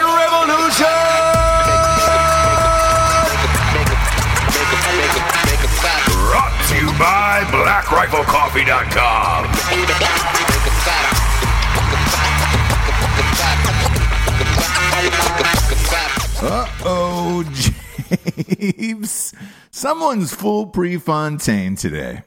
Revolution! Brought to you by BlackRifleCoffee.com. Uh-oh, James. Someone's full Prefontaine today.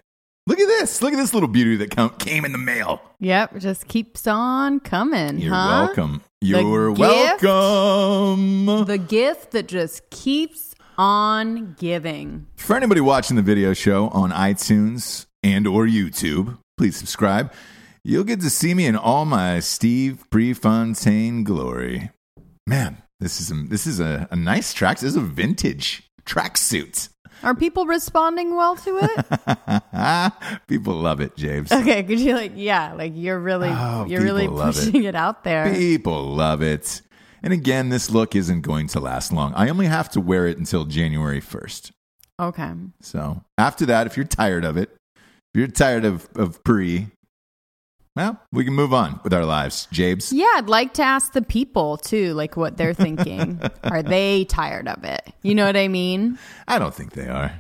Look at this. Look at this little beauty that come, came in the mail. Yep, it just keeps on coming. You're huh? welcome. You're gift? welcome. The gift that just keeps on giving. For anybody watching the video show on iTunes and or YouTube, please subscribe. You'll get to see me in all my Steve Prefontaine glory. Man, this is a, this is a, a nice track. This is a vintage tracksuit. Are people responding well to it? People love it, James. okay, could you like yeah, like you're really Oh, you're really people love it. pushing it. out there. People love it. And again, this look isn't going to last long. I only have to wear it until January 1st. okay. So after that, if you're tired of it, if you're tired of, of pre, Well, we can move on with our lives, Jabes. Yeah, I'd like to ask the people too, like what they're thinking. Are they tired of it? You know what I mean? I don't think they are.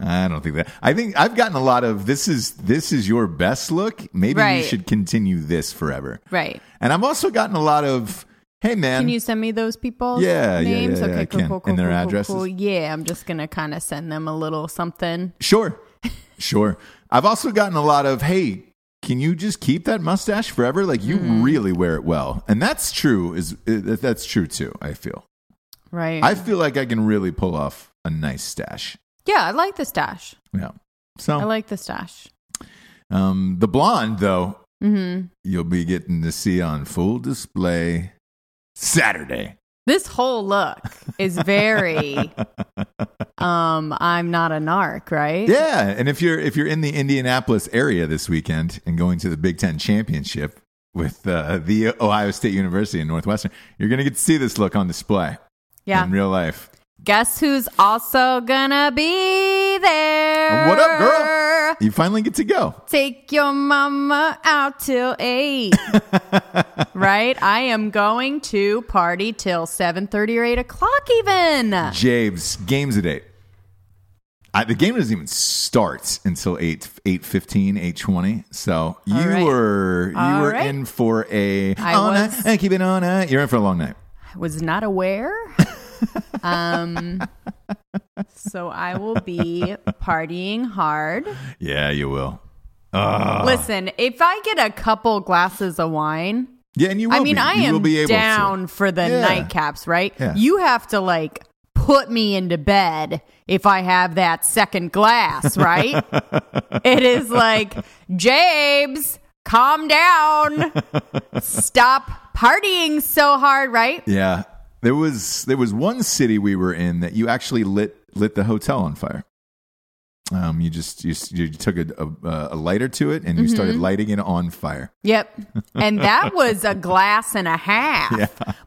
I don't think that. I think I've gotten a lot of this is this is your best look. Maybe you Right. should continue this forever. Right. And I've also gotten a lot of hey man. Can you send me those people's Yeah, yeah, yeah, names? yeah, okay, I cool, can. cool, cool, And their cool, cool, addresses? cool. Yeah, I'm just gonna kind of send them a little something. sure. Sure. I've also gotten a lot of hey, can you just keep that mustache forever? Like you Mm-hmm. really wear it well. And that's true is uh, that's true too, I feel. Right. I feel like I can really pull off a nice stash. yeah, I like the stash. Yeah. So I like the stash. um the blonde though, Mm-hmm. you'll be getting to see on full display Saturday. This whole look is very um I'm not a narc, right? Yeah, and if you're if you're in the Indianapolis area this weekend and going to the Big Ten championship with uh, the Ohio State University and Northwestern, you're gonna get to see this look on display Yeah. in real life. Guess who's also gonna be there? What up, girl? You finally get to go. Take your mama out till eight. right? I am going to party till seven thirty or eight o'clock even. Javes, games at eight. I, the game doesn't even start until 8 eight fifteen, eight twenty. So you right. were you All were right. in for a I all was. night, and keep it on night. You're in for a long night. I was not aware. um so I will be partying hard. Yeah, you will. Listen, if I get a couple glasses of wine, Yeah, and you will I mean, be. I you will am be able to. down for the Yeah. nightcaps, right? Yeah. You have to like put me into bed if I have that second glass, right? it is like, Jabes, calm down. Stop partying so hard, right? Yeah. There was there was one city we were in that you actually lit lit the hotel on fire. Um, you just you, you took a, a, a lighter to it and you started Mm-hmm. lighting it on fire. Yep. And that was a glass and a half.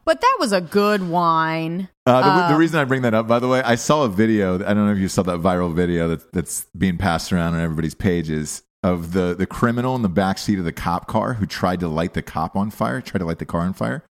But that was a good wine. Uh, the, the reason I bring that up, by the way, I saw a video. I don't know if you saw that viral video that, that's being passed around on everybody's pages of the the criminal in the backseat of the cop car who tried to light the cop on fire, tried to light the car on fire.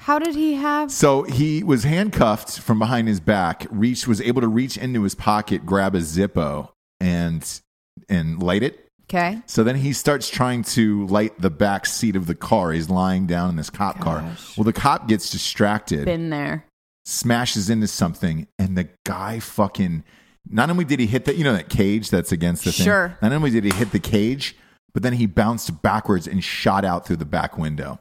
How did he have? So he was handcuffed from behind his back, reached was able to reach into his pocket, grab a Zippo and and light it. Okay. So then he starts trying to light the back seat of the car. He's lying down in this cop car. Well, the cop gets distracted, Been there. smashes into something, and the guy fucking not only did he hit that, you know that cage that's against the thing. Sure. Not only did he hit the cage, but then he bounced backwards and shot out through the back window.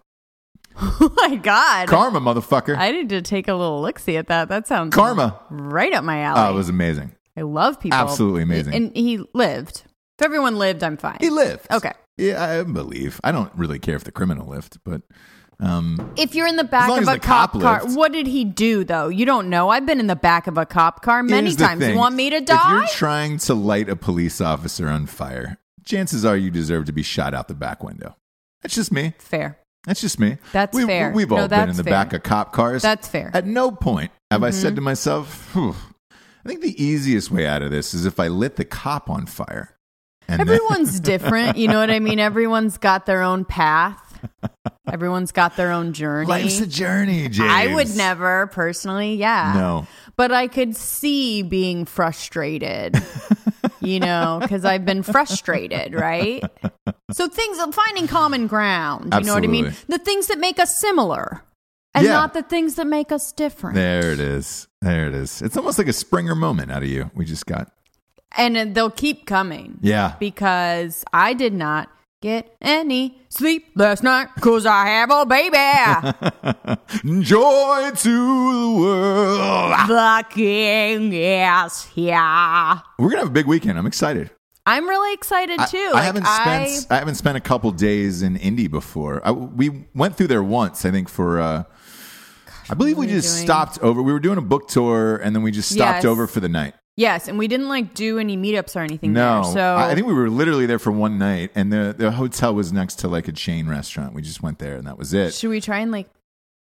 oh my God. Karma, motherfucker. I Oh, need to take a little look see at that. That sounds Karma. right up my alley. Oh, it was amazing. I love people. Absolutely amazing. And he lived. If everyone lived, I'm fine. He lived. Okay. Yeah, I believe. I don't really care if the criminal lived, but If you're in the back long of as a the cop, cop car, lived. what did he do though? You don't know. I've been in the back of a cop car many Here's the times. thing. You want me to If die? you're trying to light a police officer on fire, chances are you deserve to be shot out the back window. That's just me. Fair. That's just me. That's we, fair. We've No, all been in that's the fair. back of cop cars. That's fair. At no point have I Mm-hmm. said to myself, "Phew, I think the easiest way out of this is if I lit the cop on fire. And then- Everyone's different. You know what I mean? Everyone's got their own path. Everyone's got their own journey. life's a journey, James. I would never personally, yeah. No. But I could see being frustrated, you know, because I've been frustrated, right? So things, finding common ground, you know what I mean? Absolutely. The things that make us similar and Yeah. not the things that make us different. There it is. There it is. It's almost like a Springer moment out of you. We just got. And uh, they'll keep coming. Yeah. Because I did not get any sleep last night because I have a baby. Joy to the world. Ah, the king is here. We're gonna have a big weekend. I'm excited. I'm really excited too. I, I Like, haven't I- spent I, haven't spent a couple days in Indy before. I, we went through there once, I think for. Uh, I believe we what are you just doing? stopped over. We were doing a book tour, and then we just stopped Yes. over for the night. Yes, and we didn't like do any meetups or anything No, there. So I, I think we were literally there for one night, and the the hotel was next to like a chain restaurant. We just went there, and that was it. should we try and like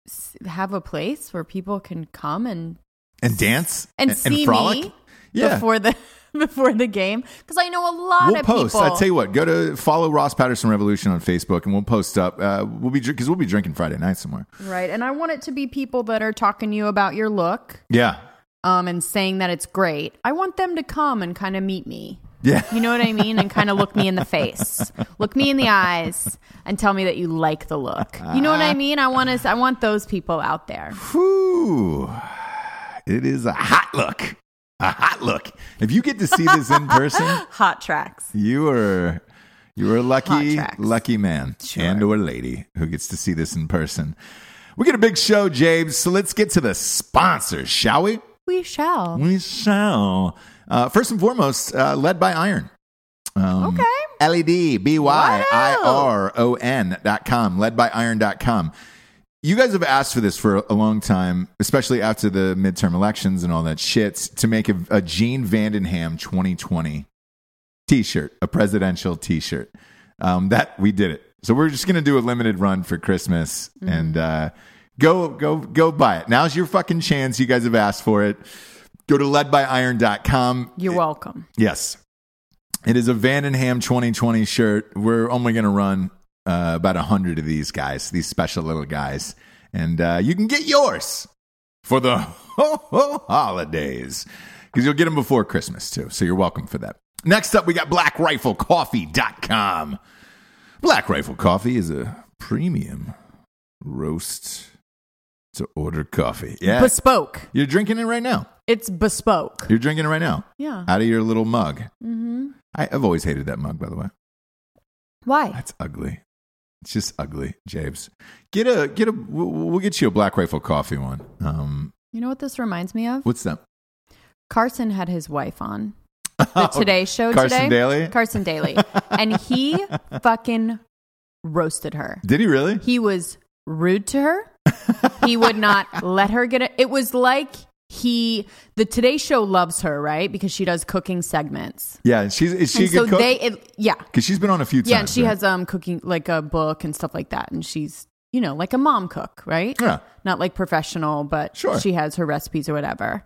s- have a place where people can come and And dance and, see frolic. me Yeah, before the before the game because I know a lot we'll of post. people. I tell you what, go to follow Ross Patterson Revolution on Facebook, and we'll post up. Uh, we'll be because we'll be drinking Friday night somewhere. right, and I want it to be people that are talking to you about your look Yeah, um, and saying that it's great. I want them to come and kind of meet me. yeah. You know what I mean? And kind of look me in the face, look me in the eyes, and tell me that you like the look. You know what Uh-huh. I mean? I want us. I want those people out there. Whew. It is a hot look. A hot look. If you get to see this in person, Hot tracks. you are you are a lucky Hot tracks. lucky man and or lady who gets to see this in person. We got a big show, James. So let's get to the sponsors, shall we? We shall. We shall. Uh, first and foremost, uh, led by Iron. Um, Okay. LED, B Y I R O N dot com, led by iron dot com. You guys have asked for this for a long time, especially after the midterm elections and all that shit, to make a, a Gene Vandenham 2020 t shirt, a presidential t shirt. Um, that we did it. So we're just going to do a limited run for Christmas and uh, go, go, go buy it. Now's your fucking chance. You guys have asked for it. Go to ledbyiron.com. You're welcome. Yes. It is a Vandenham 2020 shirt. We're only going to run uh, about 100 of these guys, these special little guys. And uh, you can get yours for the ho, ho holidays because you'll get them before Christmas, too. So you're welcome for that. Next up, we got blackriflecoffee.com. Black Rifle Coffee is a premium roast to order coffee. Yeah. Bespoke. you're drinking it right now. It's bespoke. You're drinking it right now Yeah. out of your little mug. Mm-hmm. I, I've always hated that mug, by the way. Why? That's ugly. It's just ugly, James. Get a get a. We'll, we'll get you a Black Rifle coffee one. Um, You know what this reminds me of? what's that? Carson had his wife on the Today Show Oh, Carson today. Daly? Carson Daly, and he fucking roasted her. Did he really? He was rude to her. He would not let her get it. It was like he, the Today Show loves her, right? Because she does cooking segments. Yeah, she's is she a and so good cook? they, it, yeah, Because she's been on a few yeah, and times. she right? has um cooking like a book and stuff like that, and she's you know like a mom cook, right? Yeah. not like professional, but Sure. she has her recipes or whatever.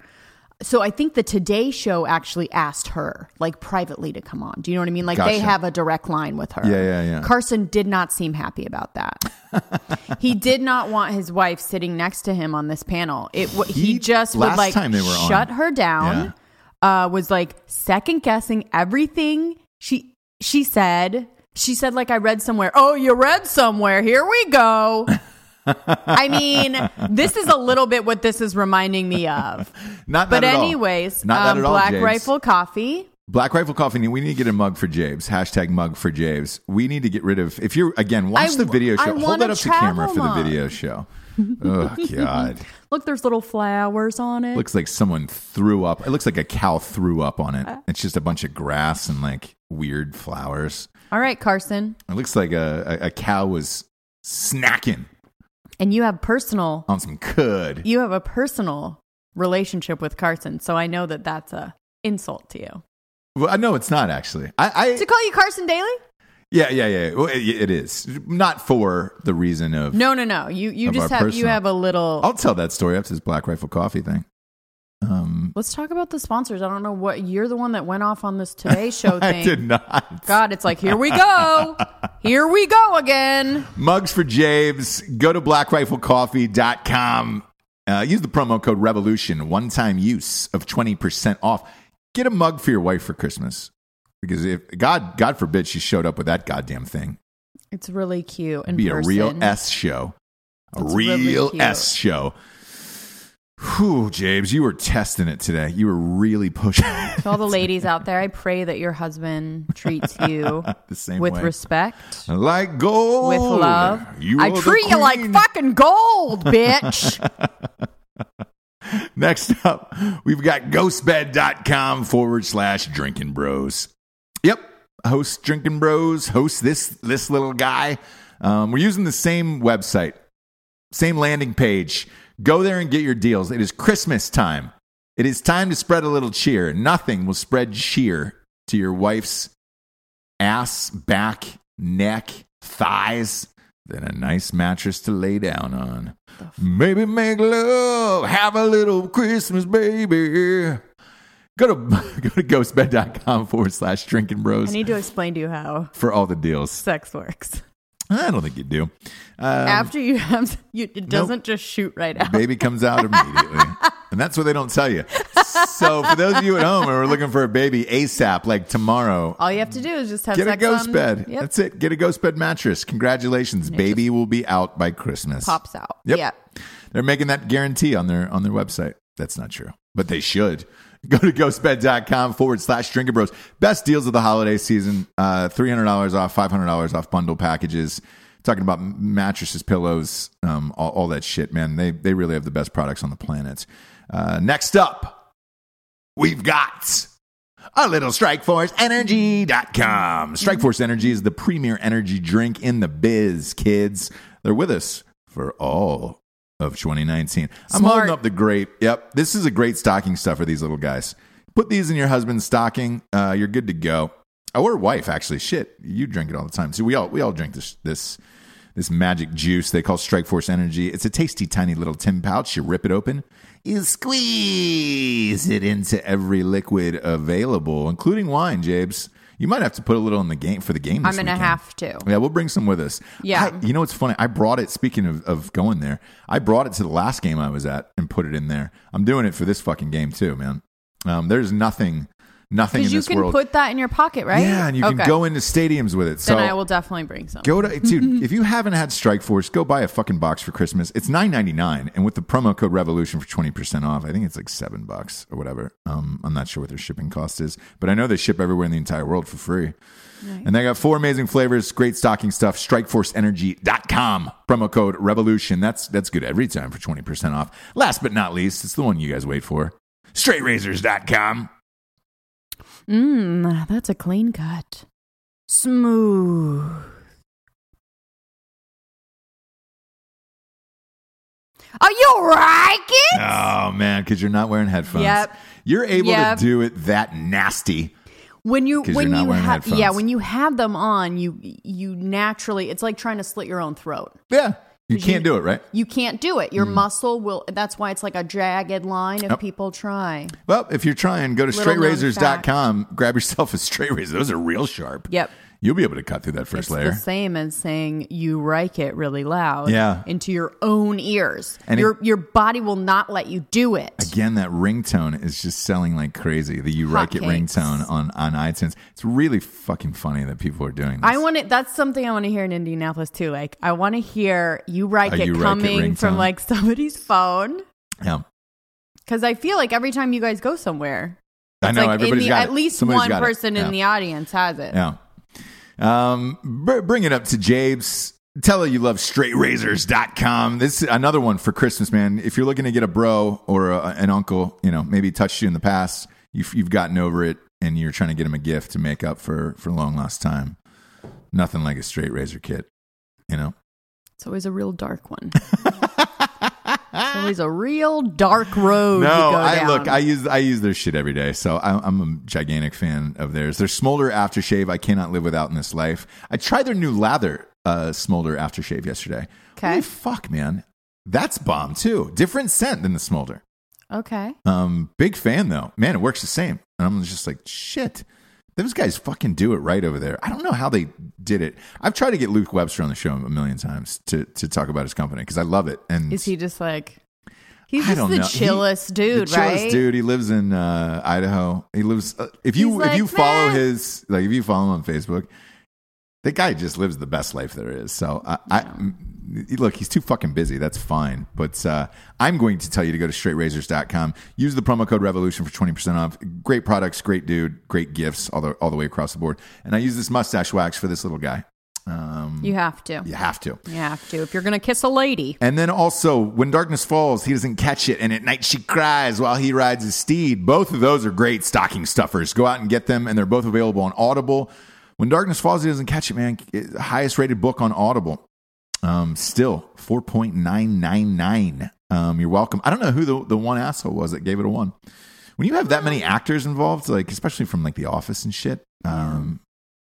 So I think the Today Show actually asked her like privately to come on. Do you know what I mean? Like they Gotcha. have a direct line with her. Yeah, yeah, yeah. Carson did not seem happy about that. he did not want his wife sitting next to him on this panel. It he, He- he just last would like time they were on. shut her down. Uh, was like second guessing everything she she said. She said like I read somewhere. Oh, you read somewhere. Here we go. I mean, this is a little bit what this is reminding me of. Not But that at all. anyways, not that um, at all, Black James. Rifle Coffee. Black Rifle Coffee. We need to get a mug for James. Hashtag mug for James. We need to get rid of. If you're again, watch I- the video I show. Hold want that a up to camera for travel the mug. video show. oh God. Look, there's little flowers on it. looks like someone threw up. It looks like a cow threw up on it. It's just a bunch of grass and like weird flowers. All right, Carson. It looks like a, a, a cow was snacking And you have personal on some cud. you have a personal relationship with Carson, so I know that that's a insult to you. Well, I know it's not actually. I, To I call you Carson Daly? yeah, yeah, yeah. Well, it, it is not for the reason of. No, no, no. You you Of just our have you personal. Oh. have a little. I'll tell that story after this Black Rifle Coffee thing. Um, Let's talk about the sponsors. I don't know what you're the one that went off on this Today Show I thing. did not. God, it's like here we go, here we go again. Mugs for James. Go to blackriflecoffee.com. Uh, use the promo code REVOLUTION, one time use of 20% off. Get a mug for your wife for Christmas. Because if God God forbid she showed up with that goddamn thing, It's really cute and it'd be a real person. S show. A It's really real cute. S show. Whew, James, you were testing it today. You were really pushing it To all the ladies out there, I pray that your husband treats you the same with way. respect, like gold. with love. You I are the treat you like queen. fucking gold, bitch. Next up, we've got ghostbed.com forward slash drinking bros. Yep, host drinking bros, host this this little guy. Um, we're using the same website, same landing page. Go there and get your deals. It is Christmas time. It is time to spread a little cheer. Nothing will spread cheer to your wife's ass, back, neck, thighs than a nice mattress to lay down on. Maybe make love, have a little Christmas, baby. Go to go to ghostbed.com forward slash drinking I bros need to explain to you how for all the deals. sex works. I don't think you do. After you have, you, it doesn't just shoot right out. baby comes out immediately. and that's what they don't tell you. So for those of you at home who are looking for a baby ASAP, like tomorrow, All you have to do is just have get a sex ghost on- bed. Yep. That's it. Get a ghost bed mattress. Congratulations. baby will be out by Christmas. pops out. Yep. Yeah. They're making that guarantee on their on their website. That's not true. But they should. Go to ghostbed.com forward slash drinking bros. Best deals of the holiday season. Uh, $300 off, $500 off bundle packages. Talking about m- mattresses, pillows, um, all, all that shit, man. They, they really have the best products on the planet. Uh, next up, we've got a little strikeforceenergy.com. Strikeforce Energy is the premier energy drink in the biz, kids. They're with us for all of 2019. I'm Smart. holding up the great. Yep. This is a great stocking stuff for these little guys. Put these in your husband's stocking. Uh, you're good to go. Our wife, actually. Shit. You drink it all the time. So we all we all drink this this this magic juice they call Strike Force Energy. It's a tasty, tiny little tin pouch. You rip it open, you squeeze it into every liquid available, including wine, Jabes. You might have to put a little in the game for the game. This I'm gonna weekend. have to. Yeah, we'll bring some with us. Yeah. I- you know what's funny? I brought it. Speaking of, of going there, I brought it to the last game I was at and put it in there. I'm doing it for this fucking game too, man. Um, there's nothing, nothing in Because you this can world. put that in your pocket, right? Yeah, and you can Okay. go into stadiums with it. So then I will definitely bring some. Go to dude. if you haven't had Strike Force, go buy a fucking box for Christmas. It's nine ninety nine, and with the promo code Revolution for twenty percent off, I think it's like seven bucks or whatever. Um, I'm not sure what their shipping cost is, but I know they ship everywhere in the entire world for free. And they got four amazing flavors, great stocking stuff. StrikeForceEnergy.com promo code Revolution. That's that's good every time for twenty percent off. Last but not least, it's the one you guys wait for. StraightRazors.com. Mmm, that's a clean cut. Smooth. Are you right, kid? Oh man, because you're not wearing headphones. Yep. You're able Yep. to do it that nasty. When you 'Cause when you're not you wearing have headphones. yeah, when you have them on, you you naturally it's like trying to slit your own throat. Yeah. You 'Cause you- can't do it, right? You can't do it. Your muscle will that's why it's like a jagged line if Mm. Yep. people try. Well, if you're trying, go to Little known straightrazors.com, grab yourself a straight razor. Those are real sharp. Yep. You'll be able to cut through that first It's layer. the same as saying you rike it really loud Yeah. into your own ears. And it- your your body will not let you do it. Again, that ringtone is just selling like crazy. The You Like It Hotcakes. ringtone on, on iTunes. It's really fucking funny that people are doing this. I want it. That's something I want to hear in Indianapolis too. Like I want to hear you write A it you Reich it coming ringtone. from like somebody's phone yeah. because I feel like every time you guys go somewhere, I it's know, like in everybody's the, got at it. least Somebody's one got it. person Yeah. in the audience has it. Yeah. Um, br- bring it up to Jabe's. Tell her you love straightrazors.com. This is another one for Christmas, man. If you're looking to get a bro or a, an uncle, you know, maybe touched you in the past, you've, you've gotten over it and you're trying to get him a gift to make up for, for long lost time. Nothing like a straight razor kit, you know? It's always a real dark one. it's always a real dark road. you No, go I down. look, I use I use their shit every day, so I, I'm a gigantic fan of theirs. Their Smolder aftershave I cannot live without in this life. I tried their new lather uh, Smolder aftershave yesterday. Okay. Holy fuck, man, that's bomb too. Different scent than the Smolder. okay. Um, big fan though. Man, it works the same. And I'm just like, shit. Those guys fucking do it right over there. I don't know how they did it. I've tried to get Luke Webster on the show a million times to to talk about his company because I love it. And Is he just like? He's I just don't the know. He- chillest dude, the chillest right? dude. He lives in uh, Idaho. He lives. Uh, if you He's if like, you follow "Meh." his like if you follow him on Facebook, the guy just lives the best life there is. So I, I m- look, he's too fucking busy. That's fine. But uh, I'm going to tell you to go to straightrazors.com. Use the promo code Revolution for twenty percent off. Great products, great dude, great gifts all the all the way across the board. And I use this mustache wax for this little guy. Um, You have to. you have to. You have to. If you're gonna kiss a lady, And then also, when darkness falls, he doesn't catch it, and at night she cries while he rides his steed. Both of those are great stocking stuffers. Go out and get them, and they're both available on Audible. When darkness falls, he doesn't catch it, man. It- Highest rated book on Audible. Um, still four point nine nine nine. Um, you're welcome. I don't know who the the one asshole was that gave it a one. When you have that many actors involved, like especially from like The Office and shit, um,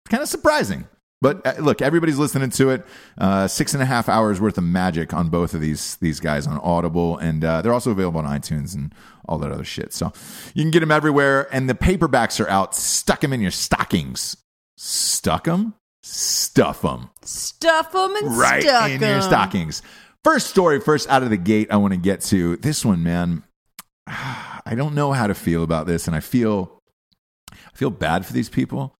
kind of surprising. But uh, look, everybody's listening to it. Uh, six and a half hours worth of magic on both of these these guys on Audible, and uh, they're also available on iTunes and all that other shit. So you can get them everywhere. And the paperbacks are out. Stuck them in your stockings. Stuck them. Stuff them Stuff them and right stuck in your 'em. stockings. First story, first out of the gate, I want to get to this one, man. I don't know how to feel about this, and I feel I feel bad for these people,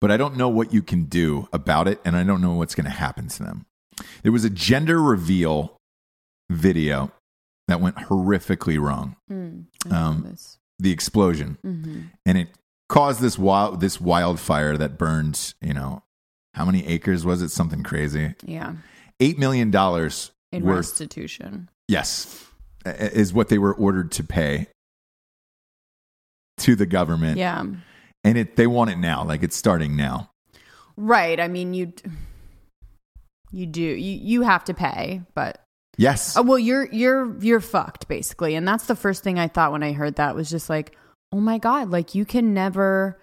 but I don't know what you can do about it, and I don't know what's going to happen to them. There was a gender reveal video that went horrifically wrong. Mm, Um, The explosion mm-hmm. and it caused this wild this wildfire that burned, you know, how many acres was it? Something crazy. Yeah. eight million dollars In worth. restitution. Yes, i- is what they were ordered to pay to the government. Yeah. and it they want it now. Like it's starting now. Right. I mean, you you do you you have to pay, but Yes, Oh, well, you're you're you're fucked basically, and that's the first thing I thought when I heard that was just like, oh my god, like you can never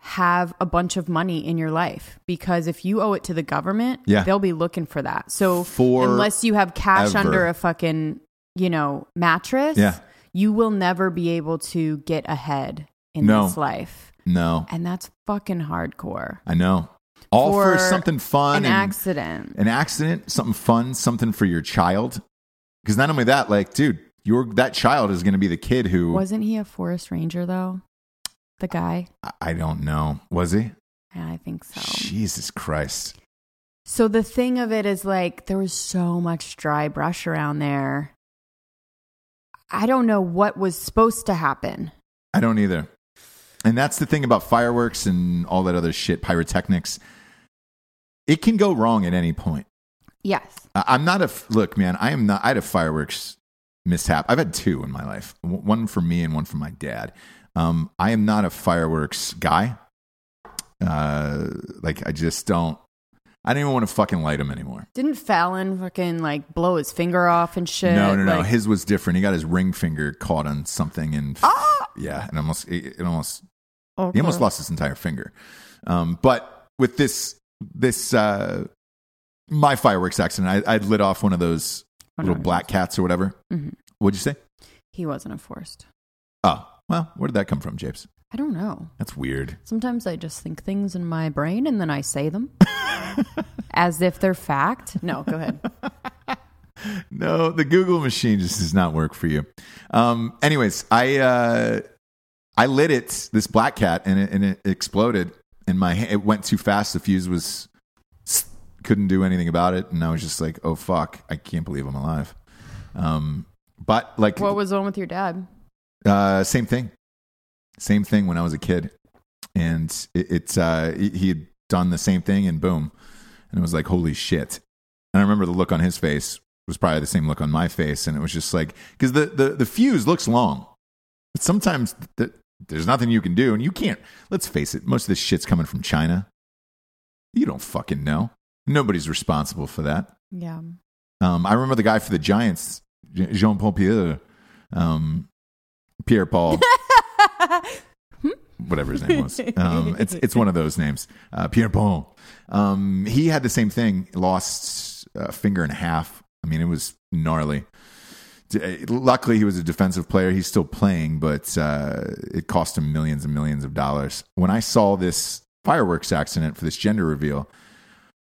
have a bunch of money in your life because if you owe it to the government, Yeah. they'll be looking for that. So For unless you have cash ever. under a fucking you know mattress, Yeah. you will never be able to get ahead in No. this life, no, and that's fucking hardcore. I know. All for, For something fun, An and- accident. an accident, something fun, something for your child. Because not only that, like, dude, your that child is going to be the kid who Wasn't he a forest ranger though? The guy. I- I don't know. Was he? Yeah, I think so. Jesus Christ. So the thing of it is like there was so much dry brush around there. I don't know what was supposed to happen. I don't either. And that's the thing about fireworks and all that other shit, pyrotechnics. It can go wrong at any point. Yes. I- I'm not a f- look, man. I am not. I had a fireworks mishap. I've had two in my life. W- One for me and one for my dad. Um, I am not a fireworks guy. Uh, like I just don't. I don't even want to fucking light them anymore. Didn't Fallon fucking like blow his finger off and shit? No, no, no. Like, His was different. He got his ring finger caught on something, and Ah! yeah, and almost it, it almost He almost okay. lost his entire finger. Um, but with this, this uh, my fireworks accident, I, I lit off one of those Oh, no, little black cats or whatever. Mhm. What'd you say? He wasn't a forest. Oh, well, where did that come from, Japes? I don't know. That's weird. Sometimes I just think things in my brain and then I say them as if they're fact. No, go ahead. No, the Google machine just does not work for you. Um, anyways, I uh, I lit it this black cat and it, and it exploded and my ha- it went too fast. The fuse was couldn't do anything about it, and I was just like, oh fuck, I can't believe I'm alive. Um, but like, What was on with your dad? uh, same thing, same thing when I was a kid, and it, it's uh, he he had done the same thing, and boom, and it was like holy shit. And I remember the look on his face was probably the same look on my face, and it was just like because the, the the fuse looks long, but sometimes th- there's nothing you can do, and you can't. Let's face it, most of this shit's coming from China. You don't fucking know. Nobody's responsible for that. Yeah. Um, I remember the guy for the Giants, Jean Paul Pierre, um, Pierre Paul, whatever his name was. Um, it's it's one of those names, uh, Pierre Paul. Um, he had the same thing, lost a finger and a half. I mean, it was gnarly. D- uh, Luckily, he was a defensive player. He's still playing, but uh, it cost him millions and millions of dollars. When I saw this fireworks accident for this gender reveal,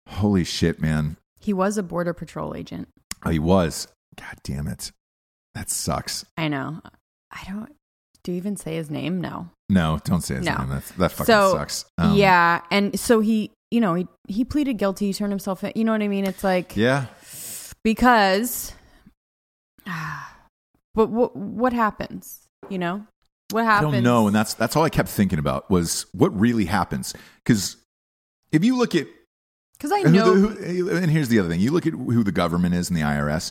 holy shit, man! He was a border patrol agent. Oh, he was. God damn it. That sucks. I know. I don't. Do you even say his name? No. No, don't say his No. name. That's, that fucking So, sucks. Um, yeah, and so he, you know, he he pleaded guilty. He turned himself in. You know what I mean? It's like Yeah. because. But what what happens? You know, what I happens? don't know. And that's, that's all I kept thinking about was what really happens. Because if you look at because I who the- know. who- and here's the other thing you look at who the government is and the IRS.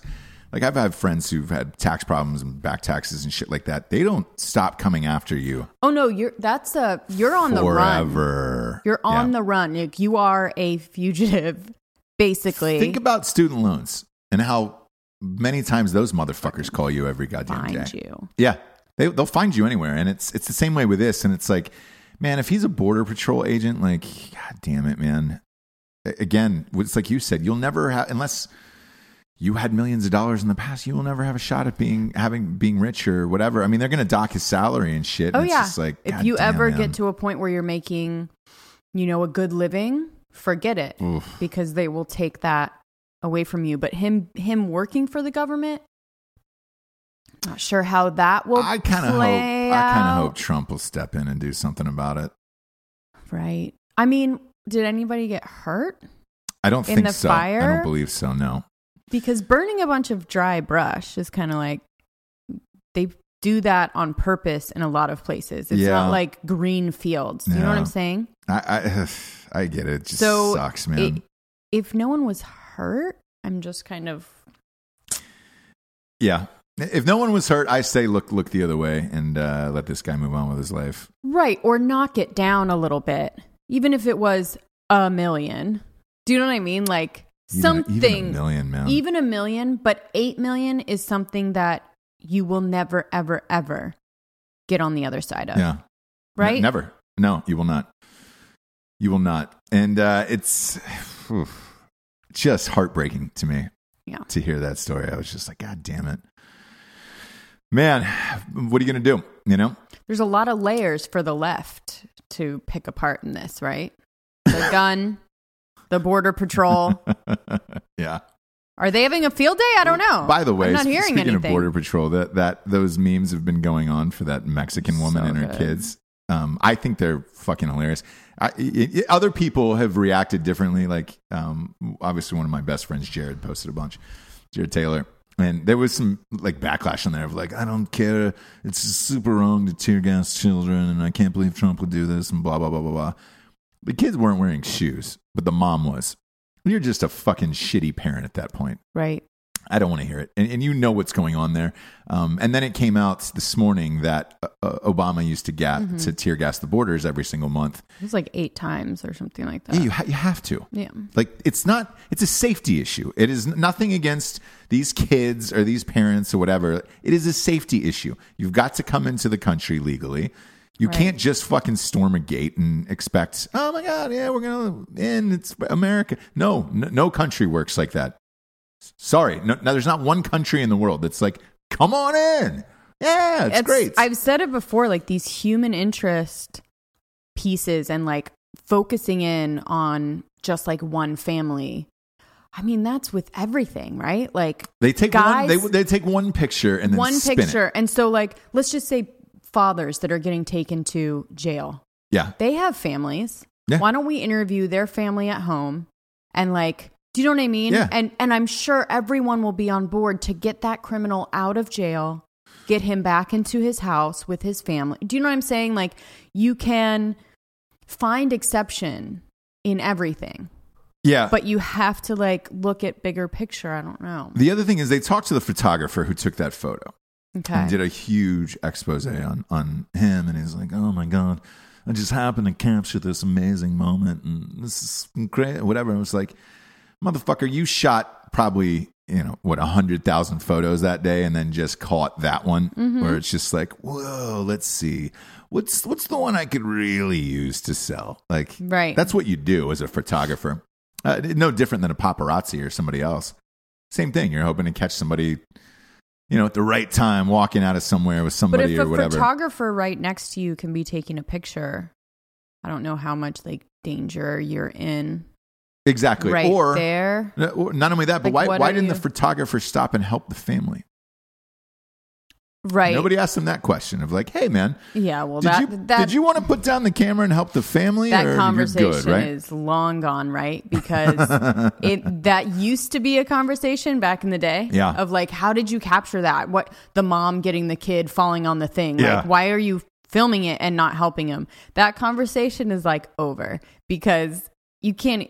Like, I've had friends who've had tax problems and back taxes and shit like that. They don't stop coming after you oh no, you're that's a you're on the run. forever. You're on Yeah. the run. Like, you are a fugitive, basically. Think about student loans and how many times those motherfuckers call you every goddamn day. find you. Yeah, they they'll find you anywhere, and it's it's the same way with this. And it's like, man, if he's a border patrol agent, like, god damn it, man, again, it's like you said, you'll never have unless you had millions of dollars in the past, you will never have a shot at being having being rich or whatever. I mean, they're going to dock his salary and shit. and Oh it's yeah. just like if God you damn, ever man. get to a point where you're making, you know, a good living, forget it Oof. because they will take that away from you. But him him working for the government, not sure how that will. I kind of hope play I kind out. of hope Trump will step in and do something about it. Right. I mean, did anybody get hurt? I don't In think the so. I fire? don't believe so. No. Because burning a bunch of dry brush is kind of like they do that on purpose in a lot of places. It's Yeah. not like green fields. You know what Yeah. I'm saying? I I, I get it. It just so sucks, man. i- if no one was hurt, I'm just kind of yeah. If no one was hurt, I say look look the other way and uh, let this guy move on with his life. right or knock it down a little bit, even if it was a million. Do you know what I mean? Like Even- something, even a million, man. even a million, but eight million is something that you will never, ever, ever get on the other side of. yeah. Ne- Right? never. No, you will not. You will not. And uh, it's oof, just heartbreaking to me. Yeah. To hear that story, I was just like, God damn it, man. What are you gonna do? You know. There's a lot of layers for the left to pick apart in this, right? The gun, the border patrol. yeah. Are they having a field day? I don't know. By the way, I'm not sp- hearing speaking anything. of Border Patrol, that that those memes have been going on for that Mexican woman So and her good. kids. Um, I think they're fucking hilarious. I, it, it- other people have reacted differently. Like, um, obviously, one of my best friends, Jared, posted a bunch. Jared Taylor. And there was some like backlash on there of like, I don't care. It's super wrong to tear gas children, and I can't believe Trump would do this, and blah blah blah blah blah. The kids weren't wearing shoes, but the mom was. You're just a fucking shitty parent at that point. right. I don't want to hear it. And, and you know what's going on there. Um, and then it came out this morning that uh, uh, Obama used to, ga- to tear gas the borders every single month. It was like eight times or something like that. yeah, you, ha- you have to. Yeah. Like, it's not, it's a safety issue. It is n- nothing against these kids or these parents or whatever. It is a safety issue. You've got to come into the country legally. You can't just fucking storm a gate and expect, oh my God, yeah, we're going to end. It's America. No, no, no country works like that. Sorry, no, no, there's not one country in the world that's like, come on in. Yeah, it's, great. I've said it before, like these human interest pieces and like focusing in on just like one family. I mean, that's with everything, right? Like they take guys, one. They, they take one picture and then one spin picture. It. And so, like, let's just say fathers that are getting taken to jail, Yeah, they have families. Yeah. Why don't we interview their family at home and like, do you know what I mean? Yeah. And and I'm sure everyone will be on board to get that criminal out of jail, get him back into his house with his family. Do you know what I'm saying? Like you can find exception in everything, yeah. but you have to like look at bigger picture. I don't know. The other thing is they talked to the photographer who took that photo Okay. and did a huge expose on, on him. And he's like, oh my God, I just happened to capture this amazing moment. And this is great, whatever. And it was like, motherfucker, you shot probably, you know, what, 100,000 photos that day and then just caught that one Mm-hmm. where it's just like, whoa, let's see. What's, what's the one I could really use to sell? Like, Right. that's what you do as a photographer. Uh, no different than a paparazzi or somebody else. Same thing. You're hoping to catch somebody, you know, at the right time walking out of somewhere with But somebody if a or whatever. photographer right next to you can be taking a picture, I don't know how much like danger you're in exactly. right or, there. No, or not only that, but why, Like, what why are didn't the you- photographer stop and help the family? Right. Nobody asked them that question of like, hey, man, yeah, well did, that you, that did you want to put down the camera and help the family? or that conversation you're good, right? is long gone, right? Because it that used to be a conversation back in the day Yeah. of like how did you capture that? What the mom getting the kid falling on the thing. Yeah. Like why are you filming it and not helping him? That conversation is like over because you can't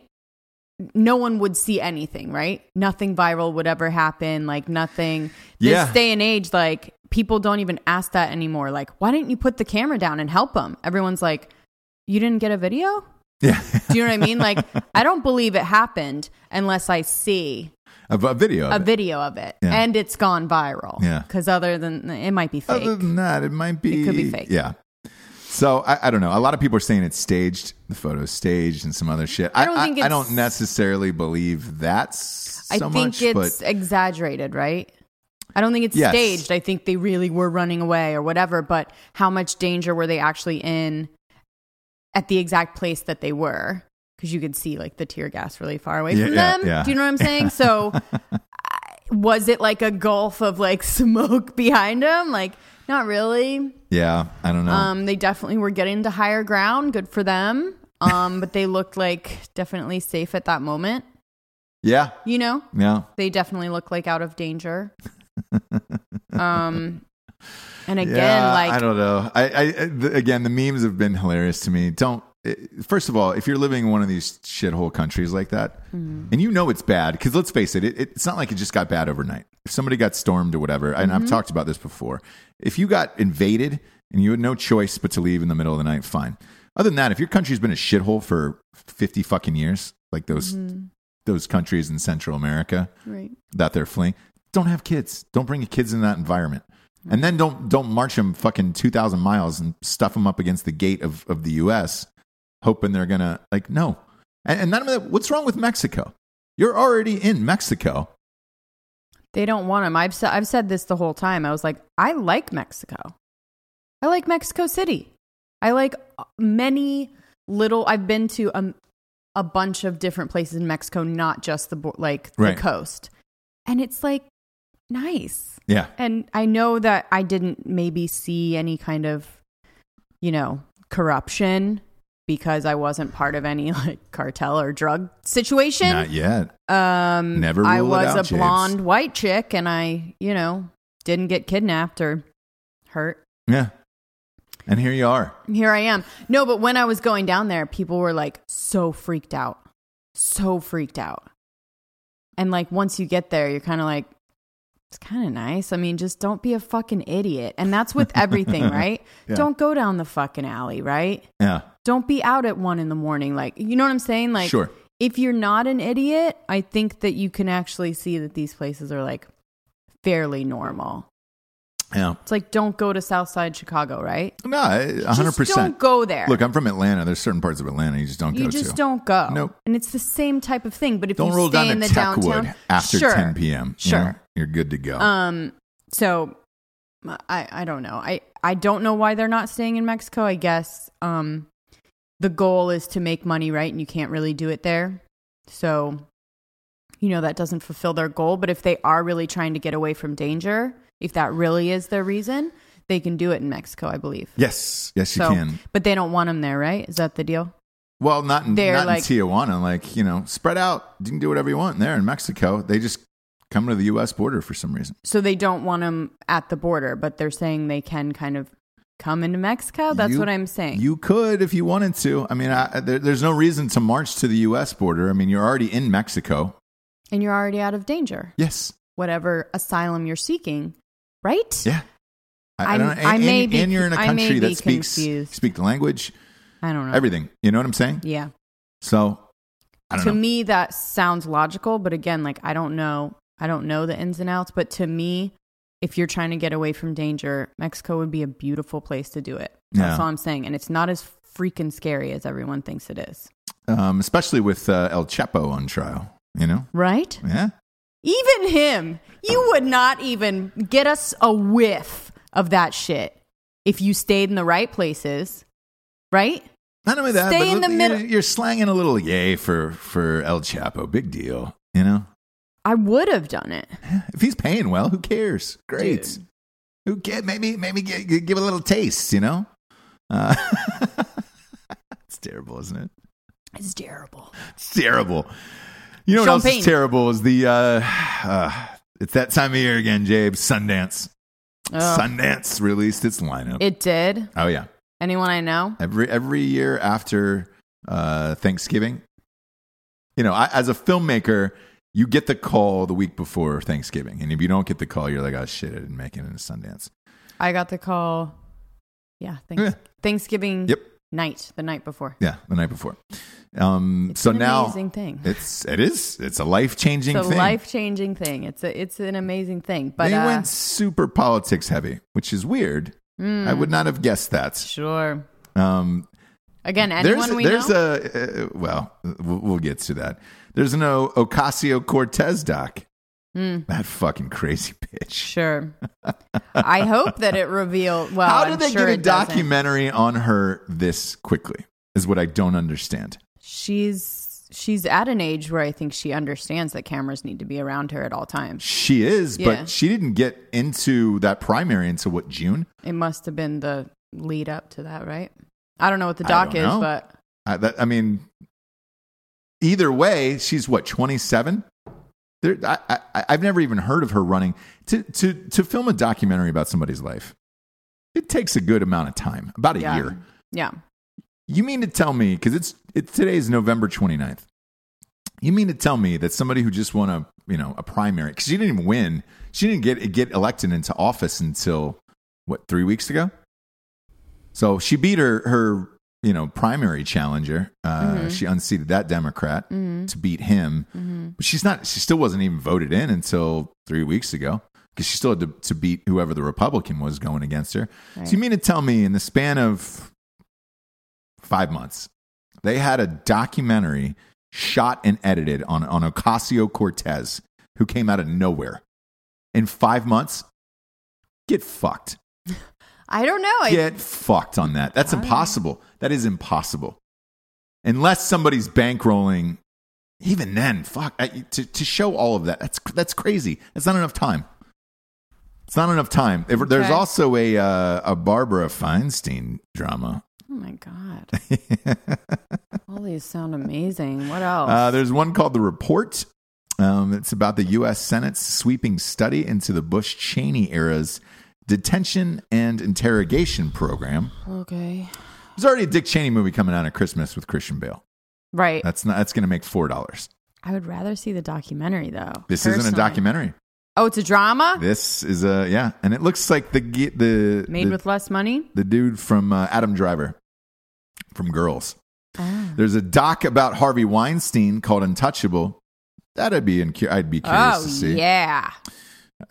no one would see anything, right? Nothing viral would ever happen, like nothing. This Yeah. day and age, like people don't even ask that anymore. Like, why didn't you put the camera down and help them? Everyone's like, you didn't get a video? yeah. Do you know what I mean? Like, I don't believe it happened unless I see a, a video. a Of it. video of it Yeah. and it's gone viral. Yeah. Because other than it might be fake. Other than that, it might be. It could be fake. Yeah. So I, I don't know. A lot of people are saying it's staged. The photo's staged and some other shit. I don't think I, it's- don't necessarily believe that's so I think much. it's but exaggerated, right? I don't think it's Yes. staged. I think they really were running away or whatever, but how much danger were they actually in at the exact place that they were? Because you could see like the tear gas really far away Yeah, from yeah, them. yeah. Do you know what I'm saying? So I, was it like a gulf of like smoke behind them? Like, not really. yeah, I don't know. Um, they definitely were getting to higher ground. Good for them. Um, but they looked like definitely safe at that moment. yeah, You know, yeah. they definitely look like out of danger. um, and again, yeah, I like don't know. I, I the, again, the memes have been hilarious to me. Don't. It, first of all, if you're living in one of these shithole countries like that, Mm-hmm. and you know it's bad, because let's face it, it, it's not like it just got bad overnight. If somebody got stormed or whatever, and Mm-hmm. I've talked about this before, if you got invaded and you had no choice but to leave in the middle of the night, fine. Other than that, if your country's been a shithole for fifty fucking years, like those Mm-hmm. those countries in Central America, right. that they're fleeing. Don't have kids. Don't bring your kids in that environment. And then don't don't march them fucking two thousand miles and stuff them up against the gate of, of the U.S. hoping they're gonna like no. And, and not only that, what's wrong with Mexico? You're already in Mexico. they don't want them. I've said I've said this the whole time. I was like, I like Mexico. I like Mexico City. I like uh, many little. I've been to a, a bunch of different places in Mexico, not just the bo- like Right. the coast. And it's like nice. Yeah, And I know that I didn't maybe see any kind of, you know, corruption because I wasn't part of any like cartel or drug situation. not yet. um Never I rule it was out, a James. blonde white chick and I, you know, didn't get kidnapped or hurt. Yeah, and here you are. Here I am. No, but when I was going down there, people were like so freaked out. So freaked out. And like once you get there, you're kind of like, it's kind of nice. I mean, just don't be a fucking idiot. And that's with everything, right? Yeah. Don't go down the fucking alley, right? Yeah, Don't be out at one in the morning. Like, you know what I'm saying? Like, Sure. if you're not an idiot, I think that you can actually see that these places are like fairly normal. yeah. It's like, don't go to Southside Chicago, right? No, a hundred Just don't percent. go there. Look, I'm from Atlanta. There's certain parts of Atlanta you just don't you go just to. don't go. Nope. And it's the same type of thing. But if Don't you roll stay down in to the Techwood downtown, after sure. 10 p.m. you Sure. know? you're good to go. Um. So, I I don't know. I I don't know why they're not staying in Mexico. I guess um, the goal is to make money, right? And you can't really do it there. So, you know that doesn't fulfill their goal. But if they are really trying to get away from danger, if that really is their reason, they can do it in Mexico, I believe. yes, yes, you so, can. but they don't want them there, right? Is that the deal? Well, not in, They're not like- in Tijuana. Like you know, spread out. You can do whatever you want there in Mexico. They just come to the U.S. border for some reason. So they don't want them at the border, but they're saying they can kind of come into Mexico. Oh, That's You- what I'm saying. You could if you wanted to. I mean, I, there, there's no reason to march to the U.S. border. I mean, you're already in Mexico. and you're already out of danger. Yes. whatever asylum you're seeking, right? Yeah. I, I I'm- don't know. And, I may and, be- and you're in a I may country that be speaks confused. speak the language, I don't know. everything. You know what I'm saying? yeah. So I don't To know. me, that sounds logical, but again, like I don't know, I don't know the ins and outs. But to me, if you're trying to get away from danger, Mexico would be a beautiful place to do it. That's Yeah. all I'm saying, and it's not as freaking scary as everyone thinks it is, um, especially with uh, El Chapo on trial. You know? right? Yeah. Even him, you would not even get us a whiff of that shit if you stayed in the right places, right? Not only that, Stay but in the you're- middle. You're slanging a little yay for for El Chapo. Big deal, you know. I would have done it. If he's paying well, who cares? Great. Dude. Who care? Maybe maybe gi- gi- give a little taste, you know. Uh, it's terrible, isn't it? It's terrible. It's terrible. You know what else Champagne. is terrible is the uh, uh, it's that time of year again, Jabe. Sundance. Sundance released its lineup. Oh. It did. oh yeah, Anyone I know? every every year after uh, Thanksgiving. You know, I, as a filmmaker, you get the call the week before Thanksgiving, and if you don't get the call, you're like, "Oh shit, I didn't make it in Sundance." I got the call. Yeah, thanks, Yeah. Thanksgiving Yep. night, the night before. Yeah, the night before. Um, so An now amazing thing. it's it is it's a life changing It's a thing. life changing thing. It's a it's an amazing thing. But they uh, Hmm. went super politics heavy, which is weird. I would not have guessed that. sure. Um, Again, there's anyone we there's know. a uh, well, we'll we'll get to that. There's no Ocasio Cortez doc. Hmm. That fucking crazy bitch. sure. I hope that it revealed. Well, How Oh, I'm did they sure get a it doesn't. documentary on her this quickly? Is what I don't understand. She's she's at an age where I think she understands that cameras need to be around her at all times. She is, Yeah. but she didn't get into that primary until what June? It must have been the lead up to that, right? I don't know what the I doc don't is, know. but I, that, I mean, either way, she's what twenty seven. There, I, I, I've never even heard of her running to to to film a documentary about somebody's life. It takes a good amount of time, about a Yeah. year. yeah, You mean to tell me because it's it today's November 29th. You mean to tell me that somebody who just won a you know a primary because she didn't even win, she didn't get get elected into office until what three weeks ago. So she beat her her you know primary challenger. Uh, She unseated that Democrat to beat him, but she's not. She still wasn't even voted in until three weeks ago because she still had to, to beat whoever the Republican was going against her. So you mean to tell me in the span of five months. They had a documentary shot and edited on, on Ocasio Cortez, who came out of nowhere. In five months, get fucked. I don't know. I- Get fucked on that. That's impossible. That is impossible. Unless somebody's bankrolling, even then, fuck, I, to, to show all of that, that's, that's crazy. That's not enough time. It's not enough time. If- There's Okay. also a, uh, a Barbara Feinstein drama. oh my god, all these sound amazing. What else? Uh, there's one called The Report. Um, it's about the U.S. Senate's sweeping study into the Bush Cheney era's detention and interrogation program. okay, There's already a Dick Cheney movie coming out at Christmas with Christian Bale. right. That's not. That's going to make four dollars. I would rather see the documentary though. This isn't a personally. documentary. Oh, it's a drama This is a yeah, and it looks like the ge- the made the, with less money. the dude from uh, Adam Driver from Girls. Ah. There's a doc about Harvey Weinstein called Untouchable. That'd be in, I'd be curious Oh to see. yeah,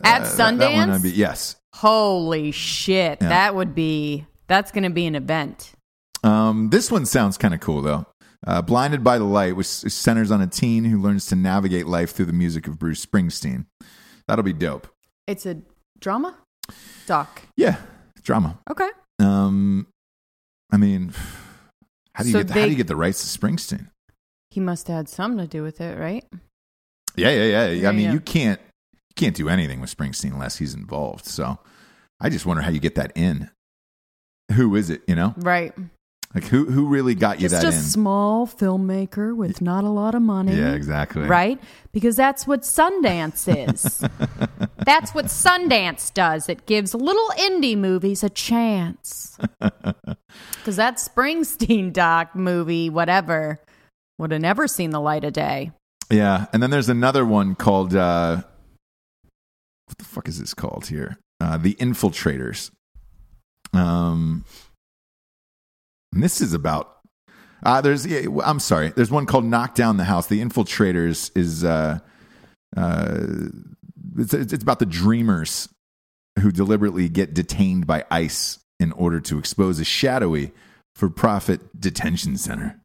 at Uh, Sundance. that- that one I'd be- yes. Holy shit, Yeah. that would be that's going to be an event. Um, this one sounds kind of cool though. Uh, Blinded by the Light, which s- centers on a teen who learns to navigate life through the music of Bruce Springsteen. That'll be dope. It's a drama doc. Yeah, drama. Okay. Um, I mean, how do you So get the, how do they- you get the rights to Springsteen? He must have had something to do with it, right? Yeah, yeah, yeah. Yeah, I mean, yeah. you can't you can't do anything with Springsteen unless he's involved. So, I just wonder how you get that in. Who is it? You know, Right. like who who really got you It's that just in? small filmmaker with not a lot of money. Yeah, exactly. Right? Because that's what Sundance is. that's what Sundance does. It gives little indie movies a chance. Because that Springsteen doc movie, whatever, would have never seen the light of day. Yeah, and then there's another one called uh, what the fuck is this called here? Uh, the Infiltrators. Um, and this is about. Uh, there's yeah, w- I'm sorry. There's one called Knock Down the House. The Infiltrators is uh, uh, it's, it's about the dreamers who deliberately get detained by ICE in order to expose a shadowy for-profit detention center.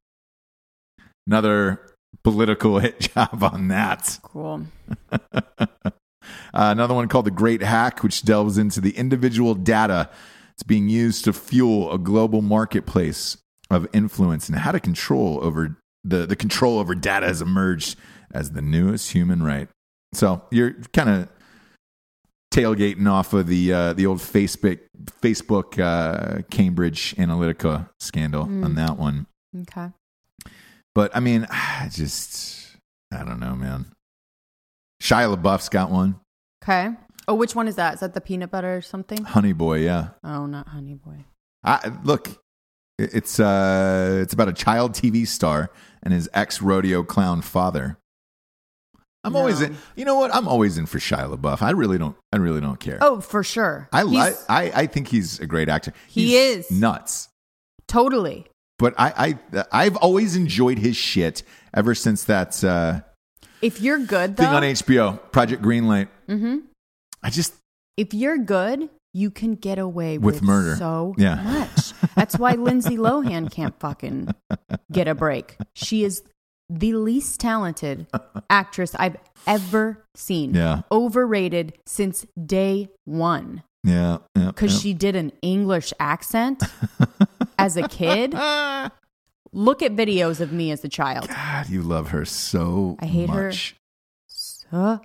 Another political hit job on that. Cool. Uh, another one called The Great Hack, which delves into the individual data that's being used to fuel a global marketplace of influence and how to control over the, the control over data has emerged as the newest human right. So you're kind of tailgating off of the uh, the old Facebook Facebook uh, Cambridge Analytica scandal on that one. Okay. But I mean, I just I don't know, man. Shia LaBeouf's got one. Okay. Oh, which one is that? Is that the peanut butter or something? Honey Boy, yeah. Oh, not Honey Boy. I look, it- it's uh it's about a child TV star and his ex rodeo clown father. I'm always No. in. You know what? I'm always in for Shia LaBeouf. I really don't. I really don't care. Oh, for sure. I, li- He's- I I think he's a great actor. He He's is. nuts. totally. But I I I've always enjoyed his shit ever since that uh, If you're good thing though, on HBO, Project Greenlight. Mm-hmm. I just if you're good, you can get away With with, murder. so Yeah. much. That's why Lindsay Lohan can't fucking get a break. She is the least talented actress I've ever seen. Yeah. Overrated since day one Yeah. yeah because yeah. she did an English accent as a kid. Look at videos of me as a child. God, Ah, you love her so I hate her. much. So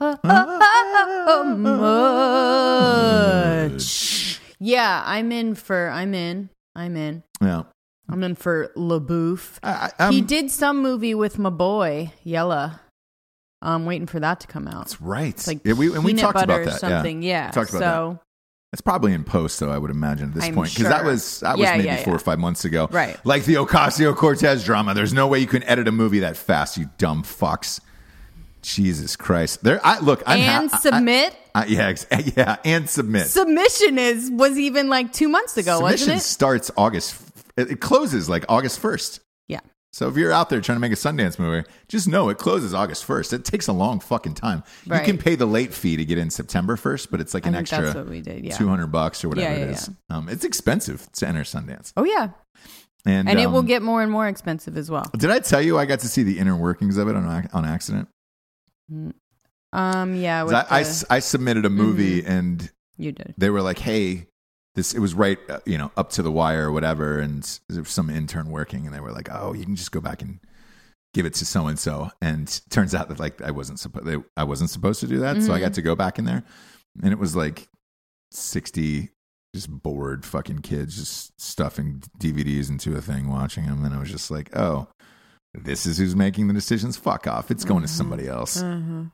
much. Yeah, I'm in for. I'm in. I'm in. Yeah. I'm in for LaBouf. I, I- he I'm- did some movie with my boy Yella. I'm waiting for that to come out. That's right. It's like Yeah, we, and we peanut talked butter about or that. something. Yeah. We talked about that. so It's probably in post, though. I would imagine at this I'm point, because that sure. was that was Yeah, maybe yeah, four yeah. or five months ago, Right. Like the Ocasio Cortez drama. There's no way you can edit a movie that fast, you dumb fucks. Jesus Christ! There, I look. I'm and ha- I- submit I, yeah, ex- yeah, and submit. submission is was even like two months ago, Submission wasn't it? starts August. f- It, it closes like August first. Yeah. So if you're out there trying to make a Sundance movie, just know it closes August first. It takes a long fucking time. You Right. can pay the late fee to get in September first, but it's like I an think extra that's what we did. Yeah. two hundred bucks or whatever Yeah, yeah, it is. Um, it's expensive to enter Sundance, Oh yeah. and And it will um, get more and more expensive as well. Did I tell you I got to see the inner workings of it on ac- on accident? Um yeah, 'Cause with I, I the- Mm-hmm. s- I submitted a movie and you did. they were like, "Hey, this it was right, uh, you know, up to the wire or whatever," and s- there was some intern working, and they were like, "Oh, you can just go back and." Give it to so and so, and turns out that like I wasn't supposed I wasn't supposed to do that, so I got to go back in there, and it was like sixty just bored fucking kids just stuffing DVDs into a thing, watching them, and I was just like, oh, this is who's making the decisions. Fuck off! It's going to somebody else.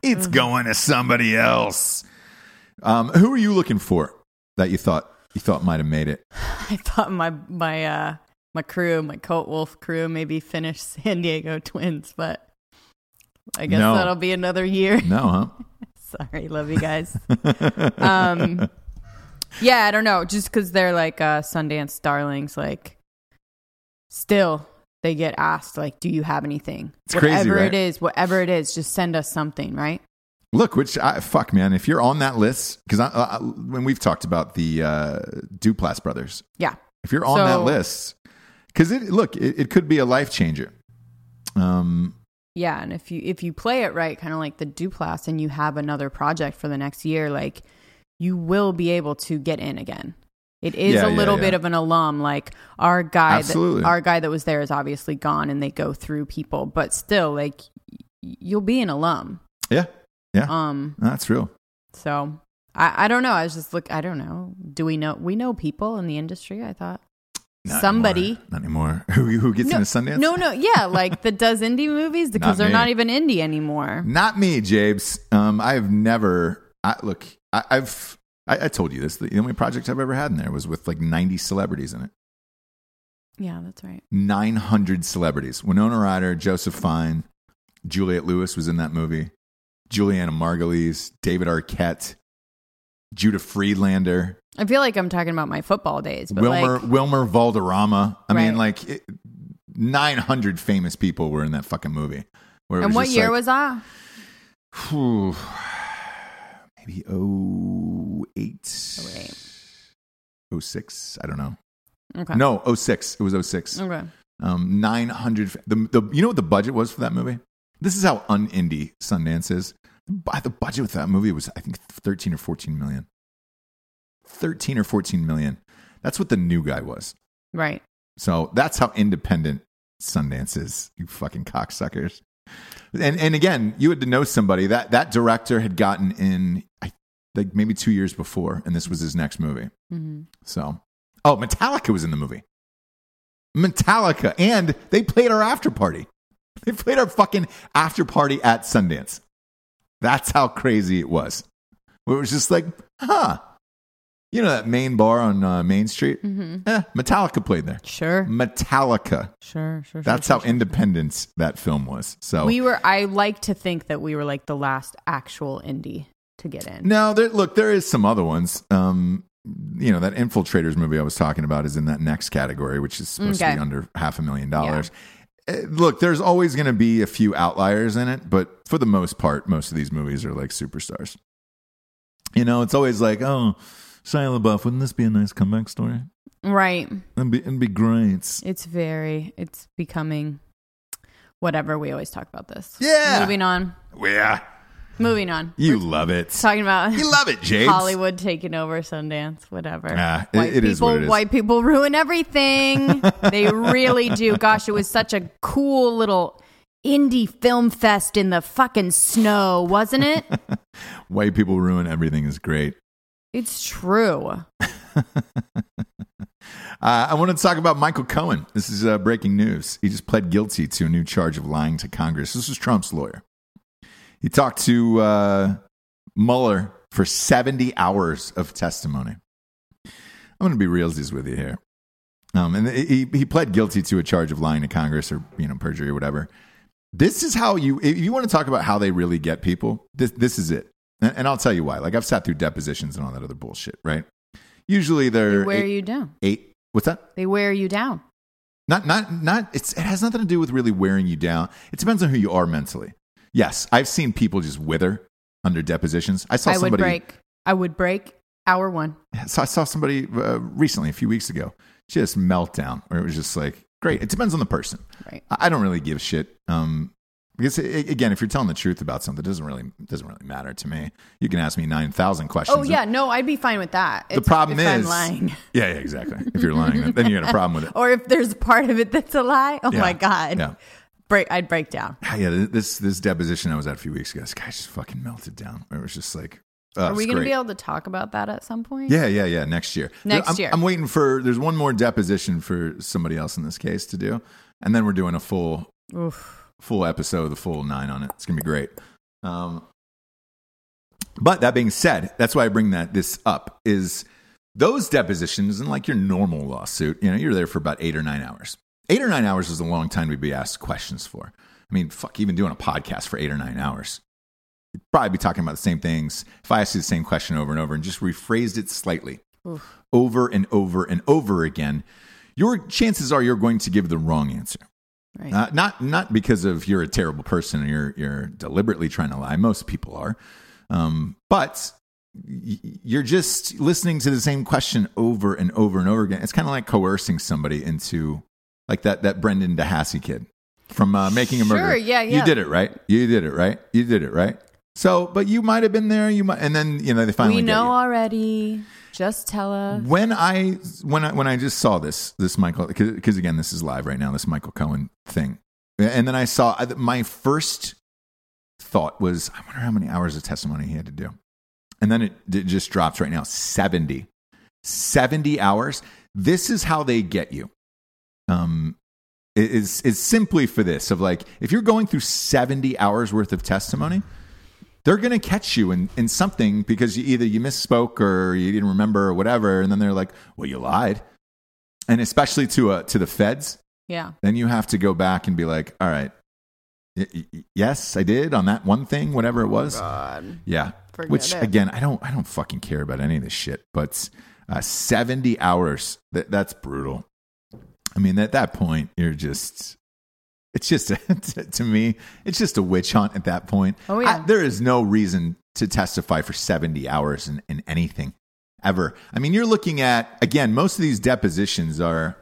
It's going to somebody else. Um, who are you looking for that you thought you thought might have made it? I thought my my uh my crew, my Colt Wolf crew maybe finished San Diego Twins, but I guess No. that'll be another year. No, Sorry, love you guys. huh? Um, yeah, I don't know. Just because they're like uh, Sundance darlings, like still they get asked, like, do you have anything? It's crazy, whatever right? it is, whatever it is, just send us something, right? Look, which I, fuck, man, if you're on that list, because I, I, when we've talked about the uh, Duplass brothers, Yeah. if you're on that So- list, because it look, it, it could be a life changer. Um, Yeah, and if you if you play it right, kind of like the Duplass, and you have another project for the next year, like you will be able to get in again. It is Yeah, a yeah, little yeah. bit of an alum. Like our guy, Absolutely. that, our guy that was there is obviously gone, and they go through people, but still, like y- you'll be an alum. yeah, Um, that's real. so I, I don't know. I was just look. I don't know. Do we know? We know people in the industry. I thought Not somebody. anymore. not anymore. Who who gets No, into Sundance? No, no, yeah, like that does indie movies because they're me. not even indie anymore. Not me, Jabes. Um, I've never. I, look, I, I've. I, I told you this. The only project I've ever had in there was with like 90 celebrities in it. Yeah, that's right. 900 celebrities. Winona Ryder, Joseph Fine, Juliette Lewis was in that movie. Juliana Margulies, David Arquette, Judah Friedlander, I feel like I'm talking about my football days, but Wilmer like, Wilmer Valderrama. I mean, Right. like it, 900 famous people were in that fucking movie. Where it and was what just year like- was I? Phew. maybe oh eight, Oh, wait. oh six. I don't know. Okay. No, oh six. It was oh six. Okay. Um, nine hundred. The, the you know what the budget was for that movie? This is how un-indie Sundance is. By the budget with that movie was I think thirteen or fourteen million. Thirteen or fourteen million. That's what the new guy was. Right. So that's how independent Sundance is, you fucking cocksuckers. And and again, you had to know somebody that that director had gotten in I, like maybe two years before, and this was his next movie. hmm So oh, Metallica was in the movie. Metallica, and they played our after party. They played our fucking after party at Sundance. That's how crazy it was. It was just like, huh? You know that main bar on uh, Main Street? hmm Eh, Metallica played there. Sure. Metallica. Sure. Sure. That's sure, how independent that film was. So sure. we were. I like to think that we were like the last actual indie to get in. no, there, look, there is some other ones. Um, you know that Infiltrators movie I was talking about is in that next category, which is supposed to Okay. be under half a million dollars. Eh, Look, there's always going to be a few outliers in it, but for the most part, most of these movies are like superstars. You know, it's always like, oh, Shia LaBeouf, wouldn't this be a nice comeback story? Right. It'd be, it'd be great. It's very, it's becoming whatever. We always talk about this. Yeah. Moving on. Yeah. Moving on. You love it. Talking about You love it, James. Hollywood taking over Sundance, whatever. Ah, it- white it people, is what it is. white people ruin everything. they really do. Gosh, it was such a cool little indie film fest in the fucking snow, wasn't it? White people ruin everything is great. it's true. Uh, I want to talk about Michael Cohen. This is uh, breaking news. He just pled guilty to a new charge of lying to Congress. This is Trump's lawyer. He talked to uh, Mueller for 70 hours of testimony. I'm going to be realsies with you here. Um, and he, he pled guilty to a charge of lying to Congress or you know perjury or whatever. This is how you if you want to talk about how they really get people. This this is it, and, and I'll tell you why. Like I've sat through depositions and all that other bullshit, right? Usually They they're wear eight- you down. eight. What's that? They wear you down. Not, not, not. It's, it has nothing to do with really wearing you down. It depends on who you are mentally. Yes, I've seen people just wither under depositions. I saw I would somebody. break. I would break hour one. So I saw somebody uh, recently, a few weeks ago, just meltdown, where it was just like, great. It depends on the person. Right. I I don't really give a shit. Um, because a- a- again, if you're telling the truth about something, it doesn't really it doesn't really matter to me. You can ask me nine thousand questions. Oh yeah, no, I'd be fine with that. The problem if is I'm lying. Yeah, yeah, exactly. If you're lying, then- then you got a problem with it. Or if there's part of it that's a lie, oh Yeah. my god, Yeah. break! I'd break down. Ah, yeah, th- this this deposition I was at a few weeks ago, this guy just fucking melted down. It was just like, uh, Are we going going to be able to talk about that at some point? Yeah, yeah, yeah. Next year. Next I'm, year. I'm waiting for. There's one more deposition for somebody else in this case to do, and then we're doing a full Oof. full episode, the full nine on it. It's gonna be great. Um, but that being said, that's why I bring that this up is those depositions and like your normal lawsuit. You know, you're there for about eight or nine hours. Eight or nine hours is a long time to be asked questions for. I mean, fuck, even doing a podcast for eight or nine hours, you'd probably be talking about the same things. If I asked you the same question over and over and just rephrased it slightly, over and over and over again, your chances are you're going to give the wrong answer. Right. Uh, not not because of you're a terrible person and you're you're deliberately trying to lie. Most people are, um, but y- you're just listening to the same question over and over and over again. It's kind of like coercing somebody into like that that Brendan DeHassy kid from uh, Making a Sure, Murderer. yeah, You yeah. did it right. You did it right. You did it right. So, but you might have been there. You might, and then you know they finally we get know you already. Just tell us. when I when I when I just saw this this Michael because again this is live right now this Michael Cohen thing, and then I saw I- my first thought was I wonder how many hours of testimony he had to do, and then it, it just drops right now 70. 70 hours. This is how they get you. Um, it- it's it's simply for this of like if you're going through 70 hours worth of testimony they're going to catch you in, in something because you, either you misspoke or you didn't remember or whatever and then they're like well you lied and especially to uh, to the feds Yeah. then you have to go back and be like all right y- y- yes i did on that one thing whatever it was yeah Forget which it. again i don't i don't fucking care about any of this shit but uh, 70 hours that, that's brutal i mean at that point you're just it's just a, to me it's just a witch hunt at that point Oh, yeah. I- there is no reason to testify for 70 hours in, in anything ever i mean you're looking at again most of these depositions are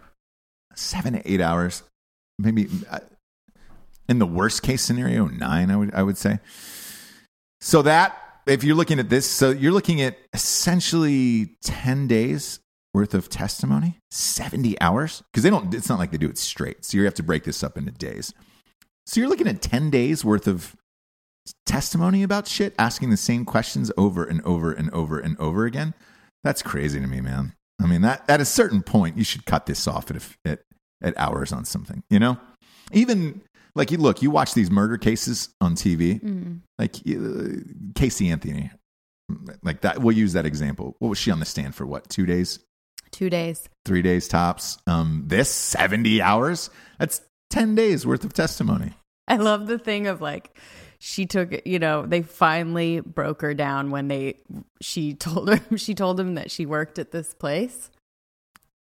seven to eight hours maybe uh, in the worst case scenario nine i would i would say so that if you're looking at this so you're looking at essentially 10 days worth of testimony 70 hours because they don't it's not like they do it straight so you have to break this up into days so you're looking at 10 days worth of testimony about shit asking the same questions over and over and over and over again that's crazy to me man i mean that at a certain point you should cut this off at, a, at, at hours on something you know even like you look you watch these murder cases on tv like uh, casey anthony like that we'll use that example what was she on the stand for what two days Two days. three days tops um this 70 hours that's 10 days worth of testimony I love the thing of like, she took, you know, they finally broke her down when they, she told her, she told him that she worked at this place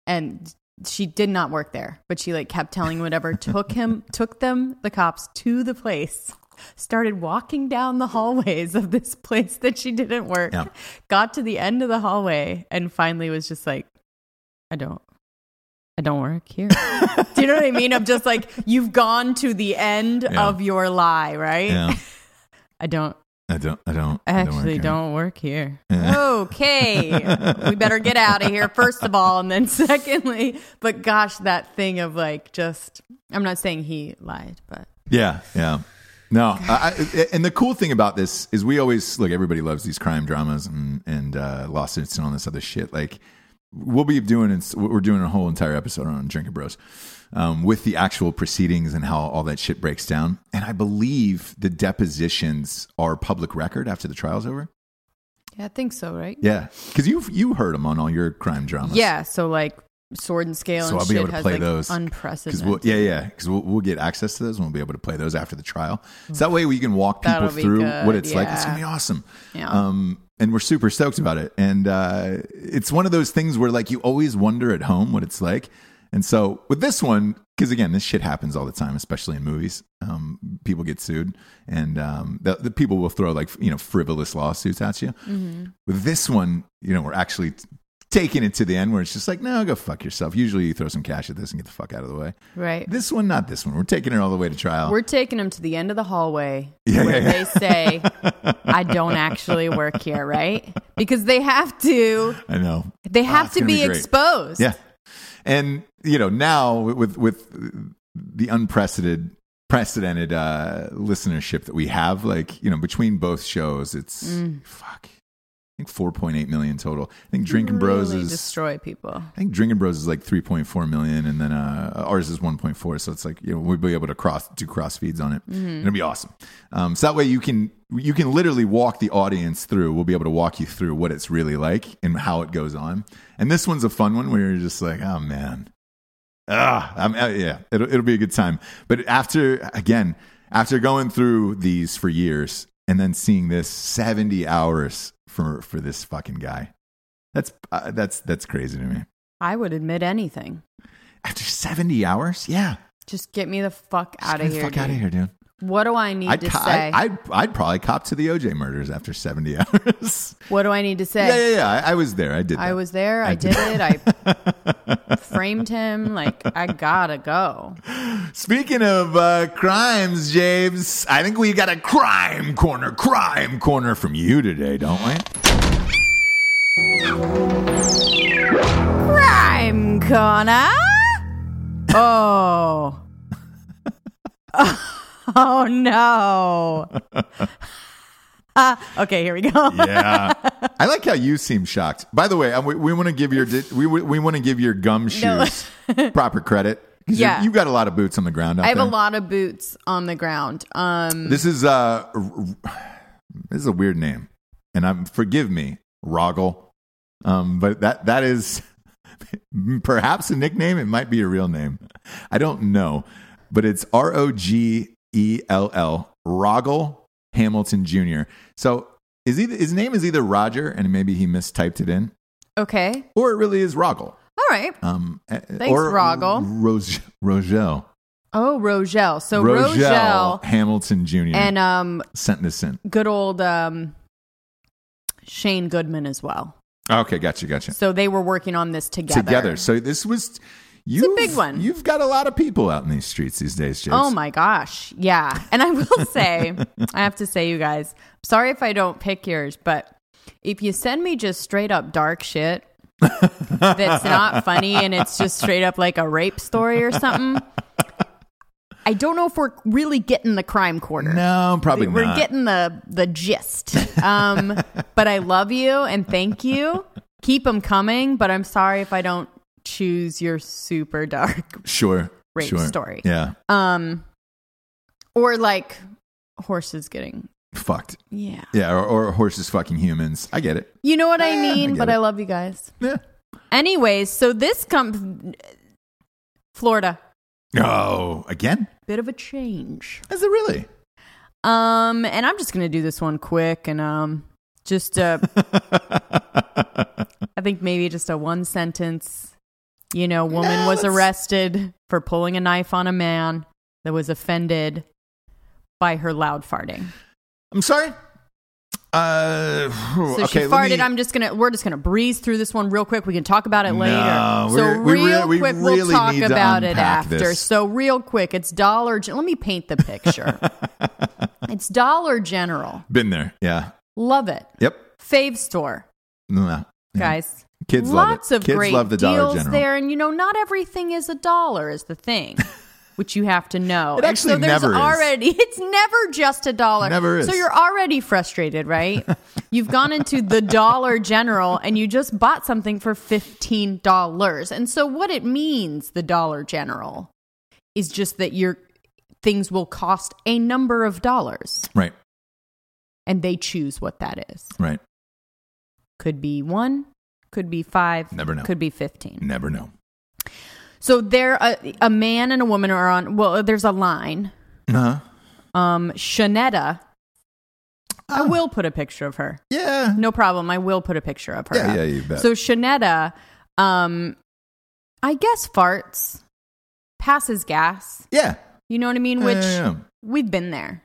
and she did not work there, but she like kept telling whatever took him, took them, the cops to the place started walking down the hallways of this place that she didn't work. Yeah. Got to the end of the hallway and finally was just like, I don't. I don't work here. Do you know what I mean? Of just like you've gone to the end Yeah. of your lie, right? Yeah. I don't I don't. I don't. I I don't work actually here. don't work here. okay. we better get out of here, first of all. And then, secondly, but gosh, that thing of like just, I'm not saying he lied, but Yeah, yeah. No, I, I- and the cool thing about this is we always look. Everybody loves these crime dramas and and uh, lawsuits and all this other shit. Like we'll be doing, it's- we're doing a whole entire episode on Drinking Bros um, with the actual proceedings and how all that shit breaks down. And I believe the depositions are public record after the trial's over. yeah, I think so, right? Yeah, because you you heard them on all your crime dramas. Yeah. So, like, sword and scale So and I'll be shit able to has play like those. 'Cause Because unprecedented. we'll, yeah, yeah, because we'll, we'll get access to those and we'll be able to play those after the trial. So that way we can walk people That'll be through good, what it's like. It's yeah. gonna be awesome. Yeah. Um, and we're super stoked about it. And uh, it's one of those things where like you always wonder at home what it's like. And so with this one, because again, this shit happens all the time, especially in movies. Um, people get sued, and um, the, the people will throw like you know frivolous lawsuits at you. Mm-hmm. With this one, you know, we're actually taking it to the end where it's just like, no, go fuck yourself. Usually, you throw some cash at this and get the fuck out of the way. right. This one, not this one. We're taking it all the way to trial. We're taking him to the end of the hallway Oh. Yeah, where yeah, yeah. they say, I don't actually work here, right? Because they have to, I know. they Ah, have it's to gonna be, be great. exposed. Yeah, and you know now with with the unprecedented precedented uh, listenership that we have, like you know between both shows, it's Mm. fuck. I think four point eight million total. I think Drinking Bros Really is destroy people. I think Drinking Bros is like 3.4 million, and then uh, ours is 1.4. So it's like you know we'll be able to cross do cross feeds on it. It'll be awesome. Um, so that way you can you can literally walk the audience through. We'll be able to walk you through what it's really like and how it goes on. And this one's a fun one where you're just like, oh man, ah, I'm, uh, yeah, it'll it'll be a good time. But after again, after going through these for years and then seeing this 70 hours for for this fucking guy. That's uh, that's that's crazy to me. I would admit anything. After 70 hours? Yeah. Just get me the fuck out Get of the here. fuck out of dude. here, dude. What do I need I'd, to co- say? I, would I'd probably cop to the OJ murders after 70 hours. what do I need to say? yeah, yeah, yeah. I, I was there. I did that. I was there. I, did it. I framed him. Like, I gotta go. Speaking of uh, crimes, James, I think we got a crime corner, crime corner from you today, don't we? Crime Corner. Oh. oh, no. Uh, okay, here we go. Yeah. I like how you seem shocked. By the way, um, we, we want to give your di- we we, we want to give your gum shoes proper credit. 'Cause you- Yeah. You've got a lot of boots on the ground out I have a there. lot of boots on the ground. Um, This is uh, r- r- this is a weird name, and I'm forgive me, Roggle. Um, but that that is perhaps a nickname. It might be a real name. I don't know, but it's R O G E L L Roggle Hamilton Jr. So is either, his name is either Roger, and maybe he mistyped it in, okay. or it really is Roggle. All right. Um, Thanks, or Roggle. Rog- Rogel. Oh, Rogel. So, Rogel Rogel Hamilton Jr. and um, sent this in. good old um, Shane Goodman as well. Okay, gotcha, gotcha. So they were working on this together. together. So this was you. big one. You've got a lot of people out in these streets these days, James. Oh my gosh. Yeah. And I will say, I have to say, you guys, sorry if I don't pick yours, but if you send me just straight up dark shit that's not funny and it's just straight up like a rape story or something, I don't know if we're really getting the crime corner. No, probably We're not. getting the the gist. Um, but I love you and thank you. Keep them coming, but I'm sorry if I don't choose your super dark sure. rape sure. story. Yeah, um or like horses getting fucked. yeah Yeah, or, or horses fucking humans. I get it. you know what i mean get but it. i love you guys Yeah. anyways so this comes florida Oh, again? bit of a change Is it really? um and i'm just gonna do this one quick and um just uh i think maybe just a one sentence you know woman No, was it's- arrested for pulling a knife on a man that was offended by her loud farting. I'm sorry. Uh, So okay, she let farted. me- I'm just gonna. We're just gonna breeze through this one real quick. We can talk about it later. No, so we're- we real really- we quick, we'll really talk need to about it unpack after. this. So real quick, it's Dollar. Gen- Let me paint the picture. it's Dollar General. been there. Yeah. Love it. Yep. Fave store, No, no. guys. Kids love it. Lots of Kids great love the Dollar deals General. there, and you know, not everything is a dollar is the thing. Which you have to know. It And actually so there's never is. already it's never just a dollar. Never is. So you're already frustrated, right? You've gone into the Dollar General and you just bought something for fifteen dollars. And so what it means, the Dollar General, is just that your things will cost a number of dollars, Right. and they choose what that is. Right. Could be one, could be five, Never know. could be fifteen. Never know. So there, a, a man and a woman are on. Well, there's a line. Uh-huh. Um, Shanetta. I will put a picture of her. Yeah. No problem. I will put a picture of her. Yeah, up. yeah, you bet. So Shanetta, um, I guess farts, passes gas. Yeah. You know what I mean? Which Yeah, yeah, we've been there.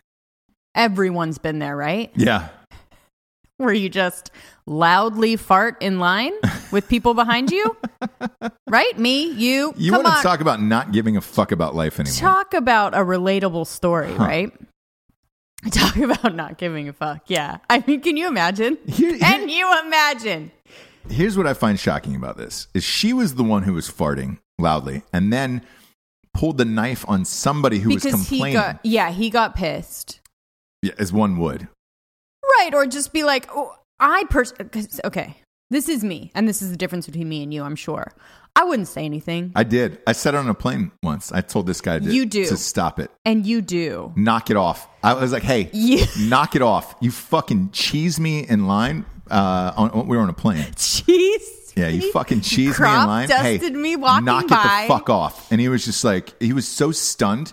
Everyone's been there, right? yeah. Where you just loudly fart in line with people behind you, right? Me, you. You Come want on. to talk about not giving a fuck about life anymore? Talk about a relatable story, right? Talk about not giving a fuck. Yeah. I mean, can you imagine? Here- here- Can you imagine? Here's what I find shocking about this: is she was the one who was farting loudly, and then pulled the knife on somebody who was Because he complaining, got, yeah, he got pissed. yeah, as one would. Right. Or just be like, oh, I pers- 'cause- okay, this is me. And this is the difference between me and you, I'm sure. I wouldn't say anything. I did. I sat on a plane once. I told this guy to, You do. to stop it, and you do. knock it off. I was like, hey, Yeah. knock it off. You fucking cheese me in line. Uh, on, we were on a plane. Jeez. Yeah, you fucking cheese me in crop line. dusted hey, me walking knock by. it the fuck off. And he was just like, he was so stunned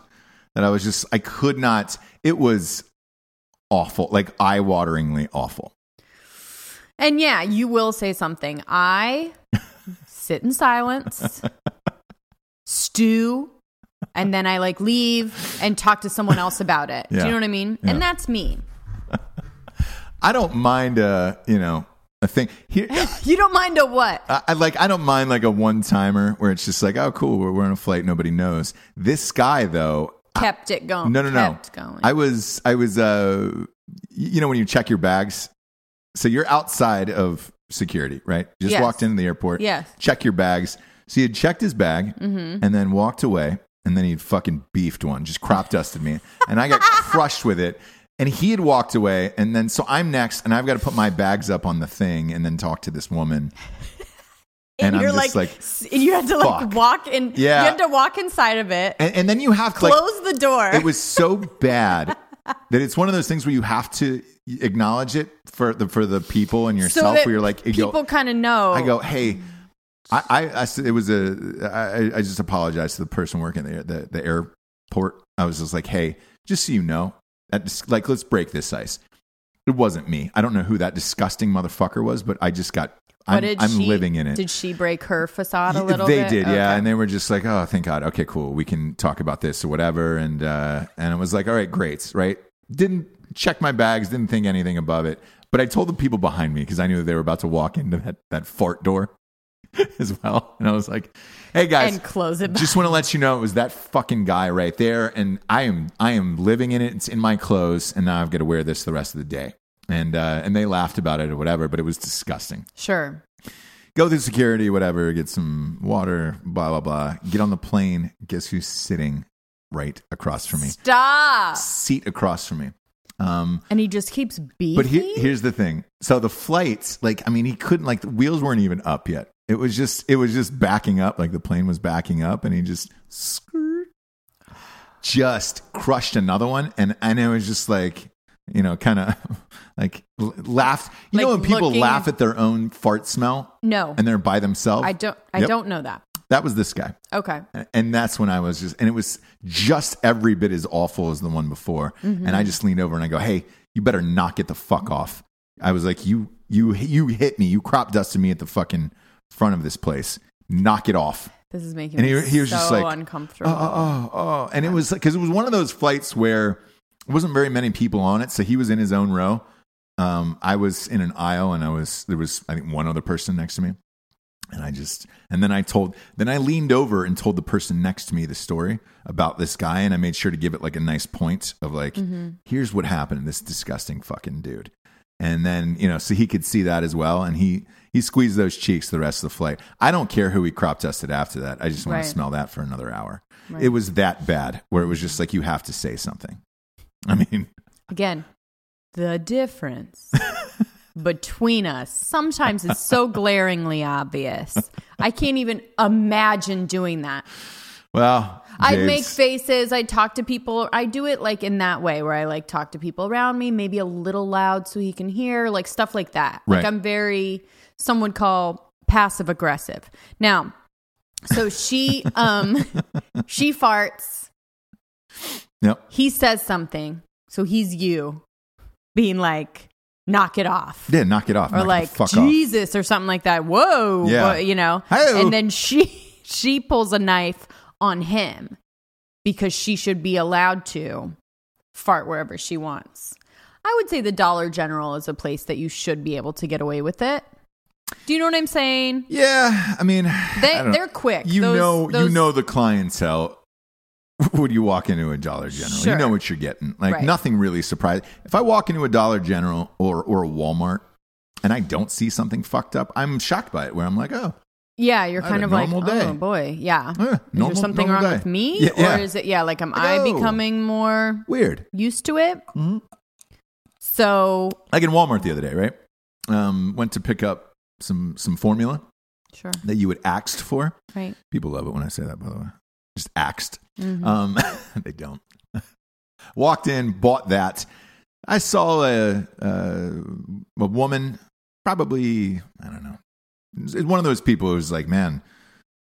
that I was just, I could not. It was awful, like eye-wateringly awful. And yeah, you will say something. I sit in silence, stew, and then I like leave and talk to someone else about it. Do Yeah. you know what I mean? Yeah. And that's me. I don't mind, uh, you know, a thing here. You don't mind a what? I, I like I don't mind like a one timer where it's just like, oh cool, we're, we're on a flight, nobody knows. This guy though, Kept it going. no no no, Kept going. I was I was uh, y- you know when you check your bags, so you're outside of security, right? Just Yes. walked into the airport, Yes. Mm-hmm. Check your bags. So he had checked his bag and then walked away, and then he fucking beefed one, just crop dusted me, and I got crushed with it. And he had walked away, and then so I'm next, and I've got to put my bags up on the thing, and then talk to this woman. and and, I'm you're just like, like, s- and you had to like fuck. walk in. Yeah. You had to walk inside of it, And, and then you have to like, close the door. it was so bad that it's one of those things where you have to acknowledge it for the for the people and so yourself. that where you're like, you go- people hmm. kind of know. I go, hey, I, I, I s- it was a, I, I just apologized to the person working the, the the airport. I was just like, hey, just so you know, that dis- like let's break this ice. It wasn't me. I don't know who that disgusting motherfucker was, but I just got. What I'm, did I'm she- living in it. Did she break her facade a Yeah, little? they bit? did yeah Okay. and they were just like oh thank god okay cool we can talk about this or whatever and uh and i was like all right great right didn't check my bags didn't think anything above it but i told the people behind me because i knew they were about to walk into that that fart door as well and i was like hey guys and close it. just want to let you know it was that fucking guy right there and i am i am living in it it's in my clothes and now i've got to wear this the rest of the day and uh and they laughed about it or whatever but it was disgusting Sure. go through security, whatever, get some water, blah, blah, blah. Get on the plane. Guess who's sitting right across from me? Stop. Seat across from me. Um, And he just keeps beefing. but he- here's the thing. So the flights, like, I mean, he couldn't, like, the wheels weren't even up yet. It was just, it was just backing up. Like the plane was backing up and he just, skirt, just crushed another one. And, and it was just like, you know, kind of like l- laughed. You know, Like when people looking- laugh at their own fart smell no, and they're by themselves. I don't. I Yep. don't know that. That was this guy. Okay. And that's when I was just, and it was just every bit as awful as the one before. And I just leaned over and I go, hey, you better knock it the fuck off. I was like, you, you, you hit me. You crop dusted me at the fucking front of this place. Knock it off. This is making And me he, he was so just like, Uh, uh-uh. uncomfortable. Oh, oh, oh. And it was because it was one of those flights where wasn't very many people on it, so he was in his own row. Um, I was in an aisle, and I was there was I think one other person next to me, and I just and then I told then I leaned over and told the person next to me the story about this guy, and I made sure to give it like a nice point of like, Mm-hmm. here's what happened to this disgusting fucking dude, and then you know so he could see that as well, and he he squeezed those cheeks the rest of the flight. I don't care who he crop tested after that. I just want Right. to smell that for another hour. It was that bad where it was just like you have to say something. I mean, Again, the difference between us sometimes is so glaringly obvious. I can't even imagine doing that. well, I'd Dave's- make faces. I'd talk to people. I do it like in that way where I like talk to people around me, maybe a little loud so he can hear, like stuff like that. Right. Like I'm very, some would call passive aggressive. Now, so she, um, she farts. Yep. He says something. So he's you being like, knock it off. Yeah, knock it off. or knock like the fuck Jesus or something like that. Whoa, Yeah. wha- you know. Hey-o. And then she she pulls a knife on him because she should be allowed to fart wherever she wants. I would say the Dollar General is a place that you should be able to get away with it. Do you know what I'm saying? off. Yeah, I mean, They I don't- they're quick. You Those- know, you those- know the clientele. When you walk into a Dollar General, Sure. you know what you're getting. Like Right. nothing really surprised. If I walk into a Dollar General or or a Walmart and I don't see something fucked up, I'm shocked by it. Where I'm like, oh, Yeah, you're I had kind a of like, normal day. oh boy, yeah. Yeah, is normal- there something normal wrong day. with me, Yeah, yeah. or is it yeah? Like, am Like, I oh. becoming more weird. used to it? Mm-hmm. So Like in Walmart the other day, right? Um, went to pick up some some formula sure, that you had axed for. right. People love it when I say that, by the way. Just axed. Mm-hmm. Um, they don't. Walked in, bought that. I saw a, a, a woman, probably, I don't know, It's one of those people who's like, man,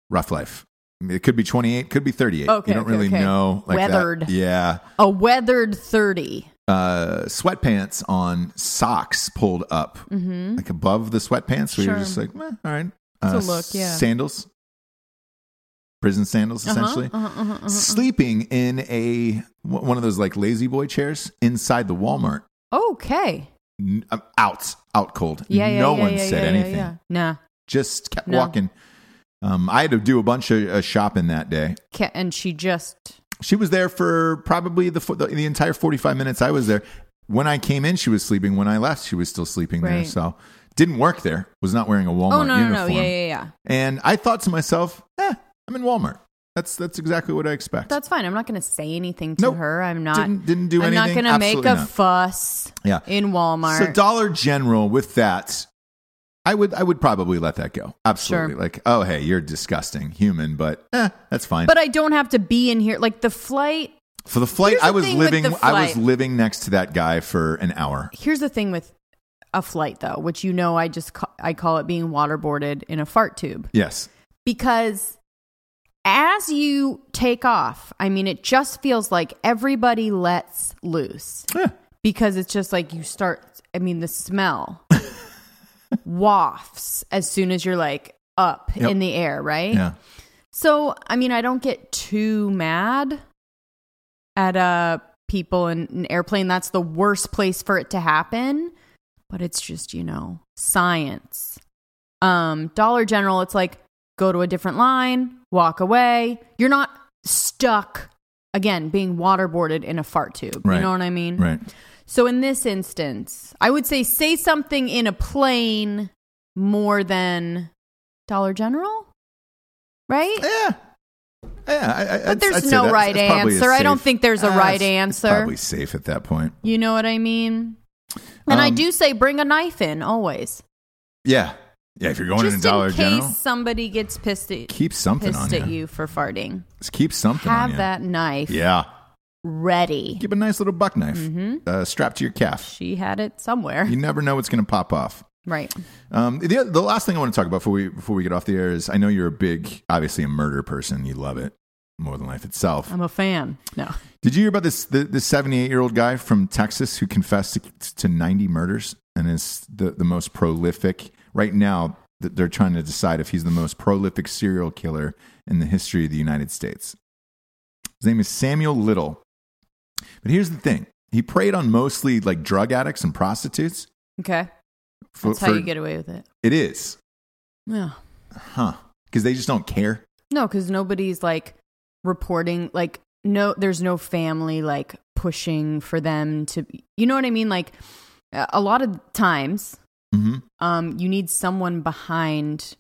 rough life. I mean, It could be 28, could be 38. Okay, you don't okay, really okay. know. Like that. Weathered. Yeah. A weathered 30. Uh, sweatpants on, socks pulled up, Mm-hmm. like above the sweatpants. We Sure. were just like, eh, all right. It's a look, yeah. Uh-huh. Sandals, prison sandals, essentially sleeping in a one of those like lazy boy chairs inside the Walmart. uh-huh. Okay. N- I'm out, out cold. Yeah, yeah. no yeah, one yeah, said yeah, anything. Yeah, yeah. Nah. Just kept No. walking. Um, I had to do a bunch of uh, shopping that day. Ca- And she just. She was there for probably the fo- the, the entire forty five minutes I was there. When I came in, she was sleeping. When I left, she was still sleeping there. Right. So didn't work there. Was not wearing a Walmart Oh, no, no, uniform. no. Yeah, yeah, yeah. And I thought to myself, eh, I'm in Walmart. That's that's exactly what I expect. That's fine. I'm not going to say anything to Nope. her. I'm not. Didn't- didn't do I'm not anything. going to make Absolutely a not. fuss yeah. in Walmart. So Dollar General with that, I would I would probably let that go. Absolutely. Sure. Like, oh hey, you're a disgusting human, but eh, that's fine. but I don't have to be in here. Like the flight. for the flight, here's the I was thing with living the I was flight. living next to that guy for an hour. Here's the thing with a flight, though, which you know I just ca- I call it being waterboarded in a fart tube. Yes. because as you take off, I mean, it just feels like everybody lets loose Yeah. because it's just like you start, I mean, the smell wafts as soon as you're like up Yep. in the air, right? Yeah. So, I mean, I don't get too mad at uh, people in an airplane. That's the worst place for it to happen. But it's just, you know, science. Um, Dollar General, it's like go to a different line, walk away. You're not stuck, again, being waterboarded in a fart tube. Right. You know what I mean? Right. So in this instance, I would say say something in a plane more than Dollar General, right? Yeah. Yeah, I, I, But there's no right answer. I don't think there's a right answer. Ah, Probably safe at that point. You know what I mean? And I Um, do say bring a knife in always, Yeah, yeah. If you're going just in a Dollar in case General, somebody gets pissed at, keep something on pissed at you. you for farting. Just Keep something on Have you. that knife Yeah, ready. keep a nice little buck knife Mm-hmm. uh, strapped to your calf. She had it somewhere, You never know what's going to pop off. right? Um, the, the last thing I want to talk about before we before we get off the air is I know you're a big, obviously a murder person. You love it more than life itself. I'm a fan. No, Did you hear about this the, this 78 year old guy from Texas who confessed to, to 90 murders and is the, the most prolific right now? th- They're trying to decide if he's the most prolific serial killer in the history of the United States. His name is Samuel Little. But here's the thing He preyed on mostly like drug addicts and prostitutes. Okay. For, That's how you for- get away with it. It is, Yeah. huh? Because they just don't care. No, because nobody's like reporting. Like, no, there's no family like pushing for them to. You know what I mean? Like, a a lot of times, hmm um, you need someone behind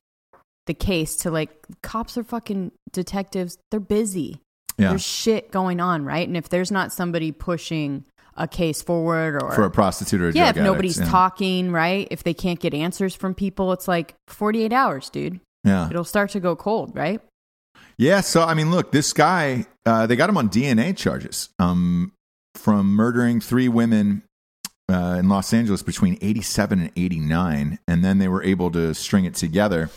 the case to like. Cops are fucking detectives. They're busy. Yeah, There's shit going on, right? And if there's not somebody pushing a case forward or for a prostitute or a yeah, if drug addict, nobody's yeah. talking, right? If they can't get answers from people, it's like 48 hours, dude. Yeah, It'll start to go cold, right? yeah. So I mean, look, this guy. Uh, they got him on DNA charges um, from murdering three women uh, in Los Angeles between 87 and 89. And then they were able to string it together.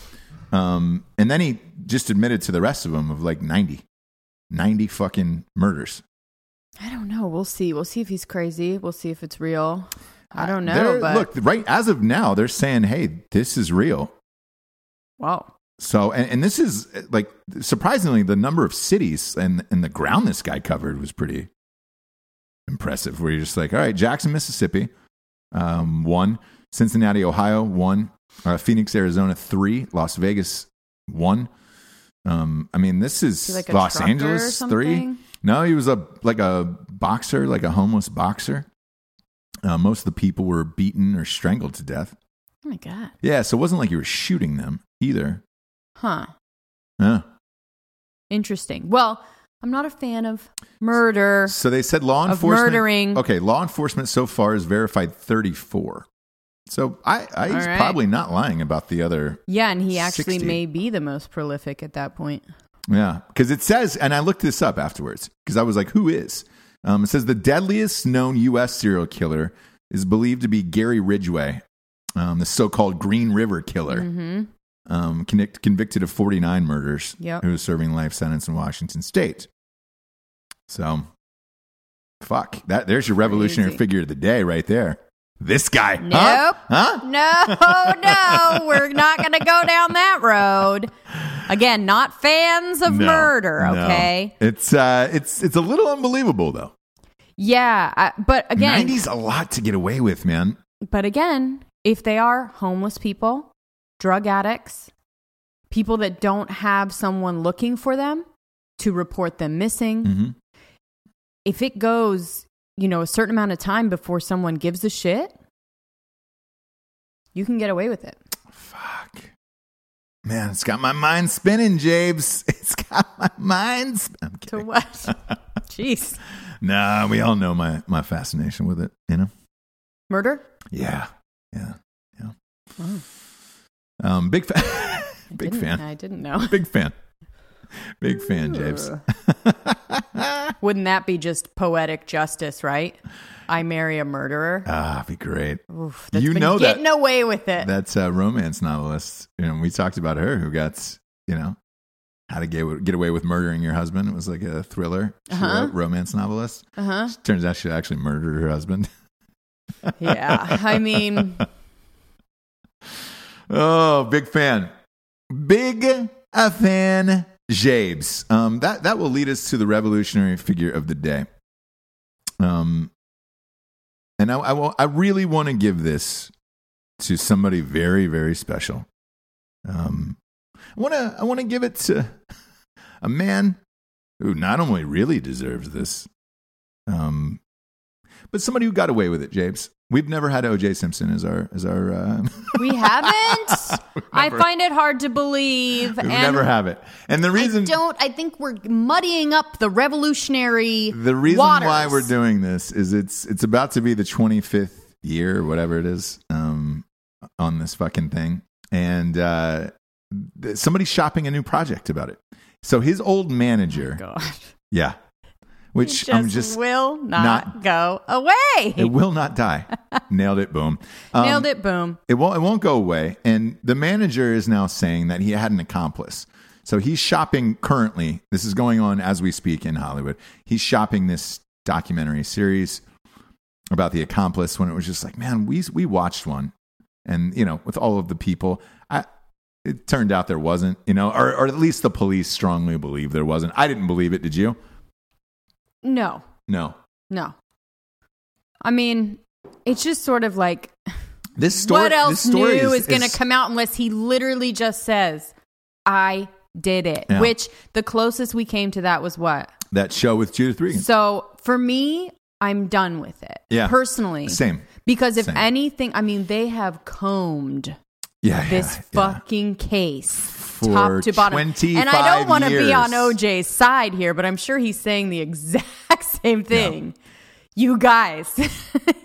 Um, and then he just admitted to the rest of them of like 90, 90 fucking murders. I don't know. We'll see. We'll see if he's crazy. We'll see if it's real. I don't know. They're- But Uh, Look, right as of now, they're saying, hey, this is real. wow. So, and, and this is like surprisingly, the number of cities and, and the ground this guy covered was pretty impressive. Where you're just like, all right, Jackson, Mississippi, um, one, Cincinnati, Ohio, one, uh, Phoenix, Arizona, three, Las Vegas, one. Um, I mean, this is Is he like a Los trucker or Angeles, three. something? No, he was a like a boxer, like a homeless boxer. Uh, most of the people were beaten or strangled to death. Oh my God. Yeah, so it wasn't like you were shooting them either. Huh. Yeah. Interesting. Well, I'm not a fan of murder. So they said law Of enforcement. murdering. Okay, law enforcement so far has verified 34. So I, I All he's right. probably not lying about the other. Yeah, and he actually 60. may be the most prolific at that point. Yeah, because it says, and I looked this up afterwards because I was like, who is? Um, it says the deadliest known U.S. serial killer is believed to be Gary Ridgway, um, the so-called Green River Killer, Mhm. um, convict, convicted of 49 murders, Yep. who was serving life sentence in Washington State. So, fuck that. There's your revolutionary Crazy. figure of the day, right there. This guy. Nope. Huh? Huh? No, no, we're not going to go down that road. Again, not fans of No, murder, no. okay? It's uh, it's it's a little unbelievable though. Yeah, I, but again, 90s a lot to get away with, man. but again, if they are homeless people, drug addicts, people that don't have someone looking for them to report them missing, Mm-hmm. if it goes, you know, a certain amount of time before someone gives a shit, you can get away with it. Fuck. Man, it's got my mind spinning, Jabes. It's got my mind. Sp- I'm To kidding. what? Jeez. Nah, we all know my my fascination with it. You know. Murder? Yeah, yeah, yeah. Um, big fan, big Didn't- fan, I didn't know. big fan, big fan, James. Wouldn't that be just poetic justice, right? I marry a murderer. Ah, be great. Oof, that's you been know that- getting away with it. That's a romance novelist, and we talked about her who got you know how to get get away with murdering your husband. It was like a thriller. She Uh-huh. wrote, romance novelist. Uh huh. Turns out she actually murdered her husband. Yeah. I mean, Oh, big fan. Big a fan Jabes. Um, that, that will lead us to the revolutionary figure of the day. Um, and I, I, will, I really want to give this to somebody very, very special. Um, I want to I want to give it to a man who not only really deserves this, um, but somebody who got away with it, Jabes. We've never had O.J. Simpson as our as our uh, we haven't. I find it hard to believe. We and never have it. And the reason I don't. I think we're muddying up the revolutionary. the reason waters. why we're doing this is it's it's about to be the 25th year or whatever it is um on this fucking thing and uh th- somebody's shopping a new project about it. So his old manager, God, yeah, which just, I'm just will not, go away. it will not die. Nailed it, boom. Um, Nailed it. Boom. It won't it won't go away. And the manager is now saying that he had an accomplice. So he's shopping currently. This is going on as we speak in Hollywood. He's shopping this documentary series about the accomplice when it was just like, man, we we watched one. And you know, with all of the people, I it turned out there wasn't, you know, or, or at least the police strongly believe there wasn't. I didn't believe it, did you? No. No. No. I mean, it's just sort of like This story. what this else story new is, is going to come out unless he literally just says, "I did it." Yeah. Which the closest we came to that was what. That show with Judith Regan. So for me, I'm done with it. Yeah. personally, Same. Because if Same. anything, I mean, they have combed Yeah. this yeah, yeah. fucking case For top to bottom. And I 25 don't want to be years. on OJ's side here, but I'm sure he's saying the exact same thing. You guys,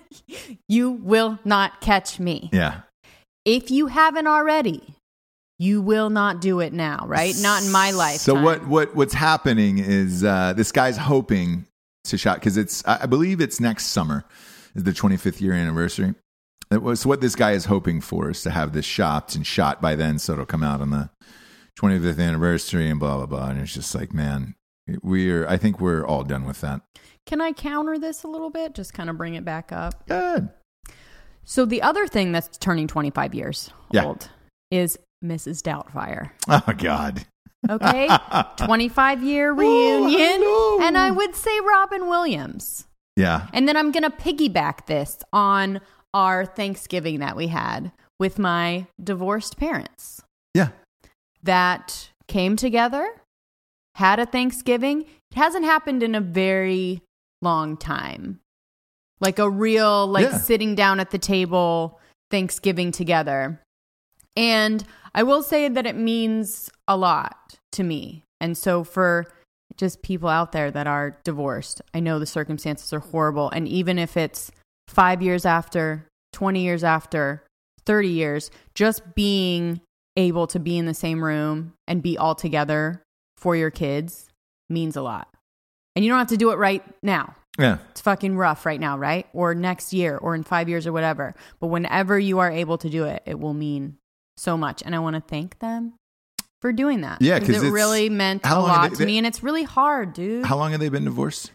you will not catch me. Yeah. If you haven't already, you will not do it now, right? Not in my life. So what what what's happening is uh, this guy's hoping to shot because it's I I believe it's next summer is the 25th year anniversary. It was so what this guy is hoping for is to have this shopped and shot by then, so it'll come out on the 25th anniversary and blah blah blah. And it's just like, man, we're I think we're all done with that. Can I counter this a little bit? Just kind of bring it back up. Good. So the other thing that's turning 25 years Yeah. old is Mrs. Doubtfire. Oh God. Okay? 25 year reunion. Oh, no. and I would say Robin Williams. Yeah. And then I'm going to piggyback this on our Thanksgiving that we had with my divorced parents Yeah. that came together, had a Thanksgiving. It hasn't happened in a very long time. Like a real, like Yeah. sitting down at the table, Thanksgiving together. And I will say that it means a lot to me. And so for just people out there that are divorced, I know the circumstances are horrible. And even if it's five years after, 20 years after, 30 years, just being able to be in the same room and be all together for your kids means a lot. And you don't have to do it right now. Yeah. It's fucking rough right now, right? Or next year or in five years or whatever. But whenever you are able to do it, it will mean so much. And I want to thank them for doing that. Yeah, 'cause it it's- really meant how a long have lot they- to me. And it's really hard, dude. How long have they been divorced?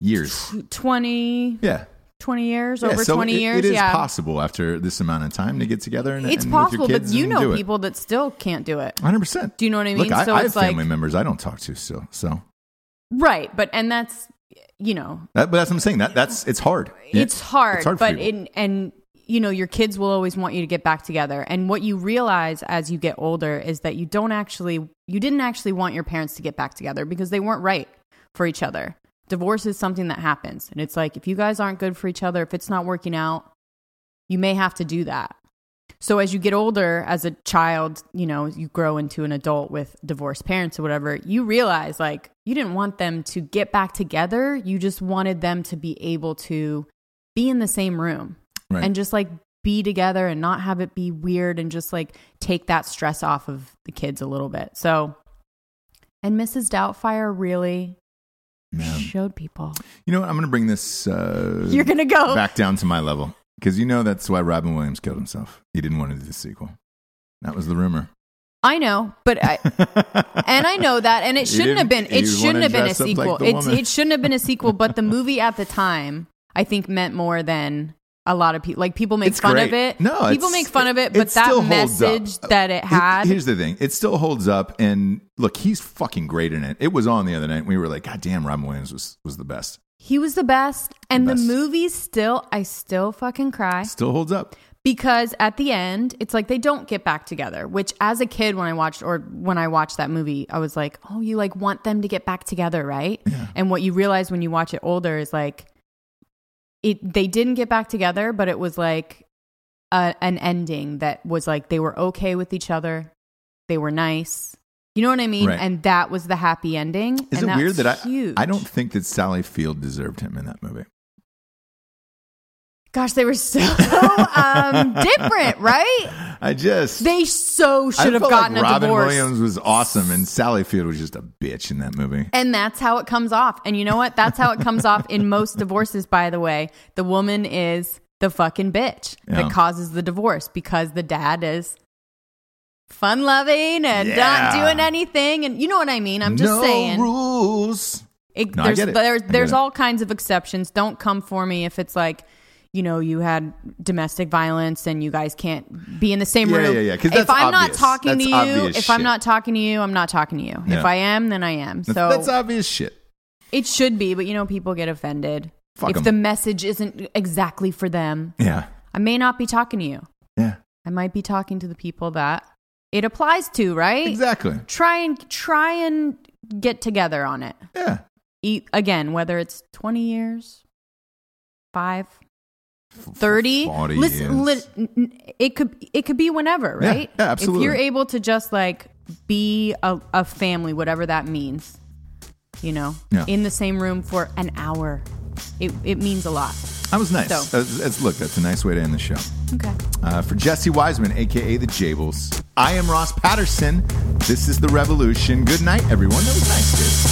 Years. 20, Yeah. 20 years, Yeah, over so 20 it- years. It is yeah. possible after this amount of time to get together and it's and possible, with your but kids you and know do it. people that still can't do it. 100%. Do you know what I mean? Look, I, So I have it's like- family members I don't talk to still. So, Right. But, and that's, you know, that, but that's what I'm saying. That that's it's hard. Yeah, it's hard, for but people. in and you know your kids will always want you to get back together and what you realize as you get older is that you don't actually you didn't actually want your parents to get back together because they weren't right for each other divorce is something that happens and it's like if you guys aren't good for each other if it's not working out you may have to do that so as you get older as a child you know you grow into an adult with divorced parents or whatever you realize like you didn't want them to get back together you just wanted them to be able to be in the same room Right. and just like be together and not have it be weird and just like take that stress off of the kids a little bit. So, and Mrs. Doubtfire really Man. showed people. You know what? I'm going to bring this uh, You're going to go. back down to my level because you know that's why Robin Williams killed himself. He didn't want to do the sequel. That was the rumor. I know, but I, and I know that, and it You shouldn't have been. didn't- It you shouldn't wanna have been a dress up like sequel. the it's, woman. it shouldn't have been a sequel. But the movie at the time, I think, meant more than a lot of people. Like people make It's fun great. of it. No, people it's- make fun of it, but still that holds up. message that it Uh, had. here's the thing: it still holds up. And look, he's fucking great in it. It was on the other night. And we were like, God damn, Robin Williams was was the best. He was the best. And the, best. movie still, I still fucking cry Still holds up. because at the end, it's like they don't get back together, which as a kid, when I watched or when I watched that movie, I was like, oh, you like want them to get back together, right? And what you realize when you watch it older is like, it they didn't get back together, but it was like a, an ending that was like they were okay with each other, they were nice. You know what I mean? Right. And that was the happy ending. Is and it weird that's that huge. I I don't think that Sally Field deserved him in that movie? Gosh, they were so um, different, right? I just They so I should have felt gotten like a Robin divorce. Williams was awesome, and Sally Field was just a bitch in that movie. And that's how it comes off. And you know what? That's how it comes off in most divorces, by the way. The woman is the fucking bitch Yeah. that causes the divorce because the dad is fun loving and Yeah. not doing anything. And you know what I mean? I'm just no saying. rules. It, No, I there's get it. there's, I get there's it. all kinds of exceptions. Don't come for me if it's like, you know, you had domestic violence and you guys can't be in the same Yeah, room. yeah, yeah, 'cause If that's I'm not obvious. talking That's to you, if obvious shit. I'm not talking to you, I'm not talking to you. Yeah. If I am, then I am. So That's obvious shit. it should be, but you know, people get offended. Fuck if 'em. the message isn't exactly for them, yeah. I may not be talking to you. Yeah. I might be talking to the people that it applies to, right? Exactly. Try and try and get together on it. Yeah. E- again, whether it's 20 years, 5, 30, 40 listen, years. li- n- n- it could it could be whenever, Yeah, right? yeah, absolutely. If you're able to just like be a, a family, whatever that means, you know, Yeah. in the same room for an hour, it, it means a lot. That was nice. So- That's, that's- look, that's a nice way to end the show. Okay. Uh, for Jesse Wiseman, aka the Jables, I am Ross Patterson. This is the Revolution. Good night, everyone. That was nice, dude.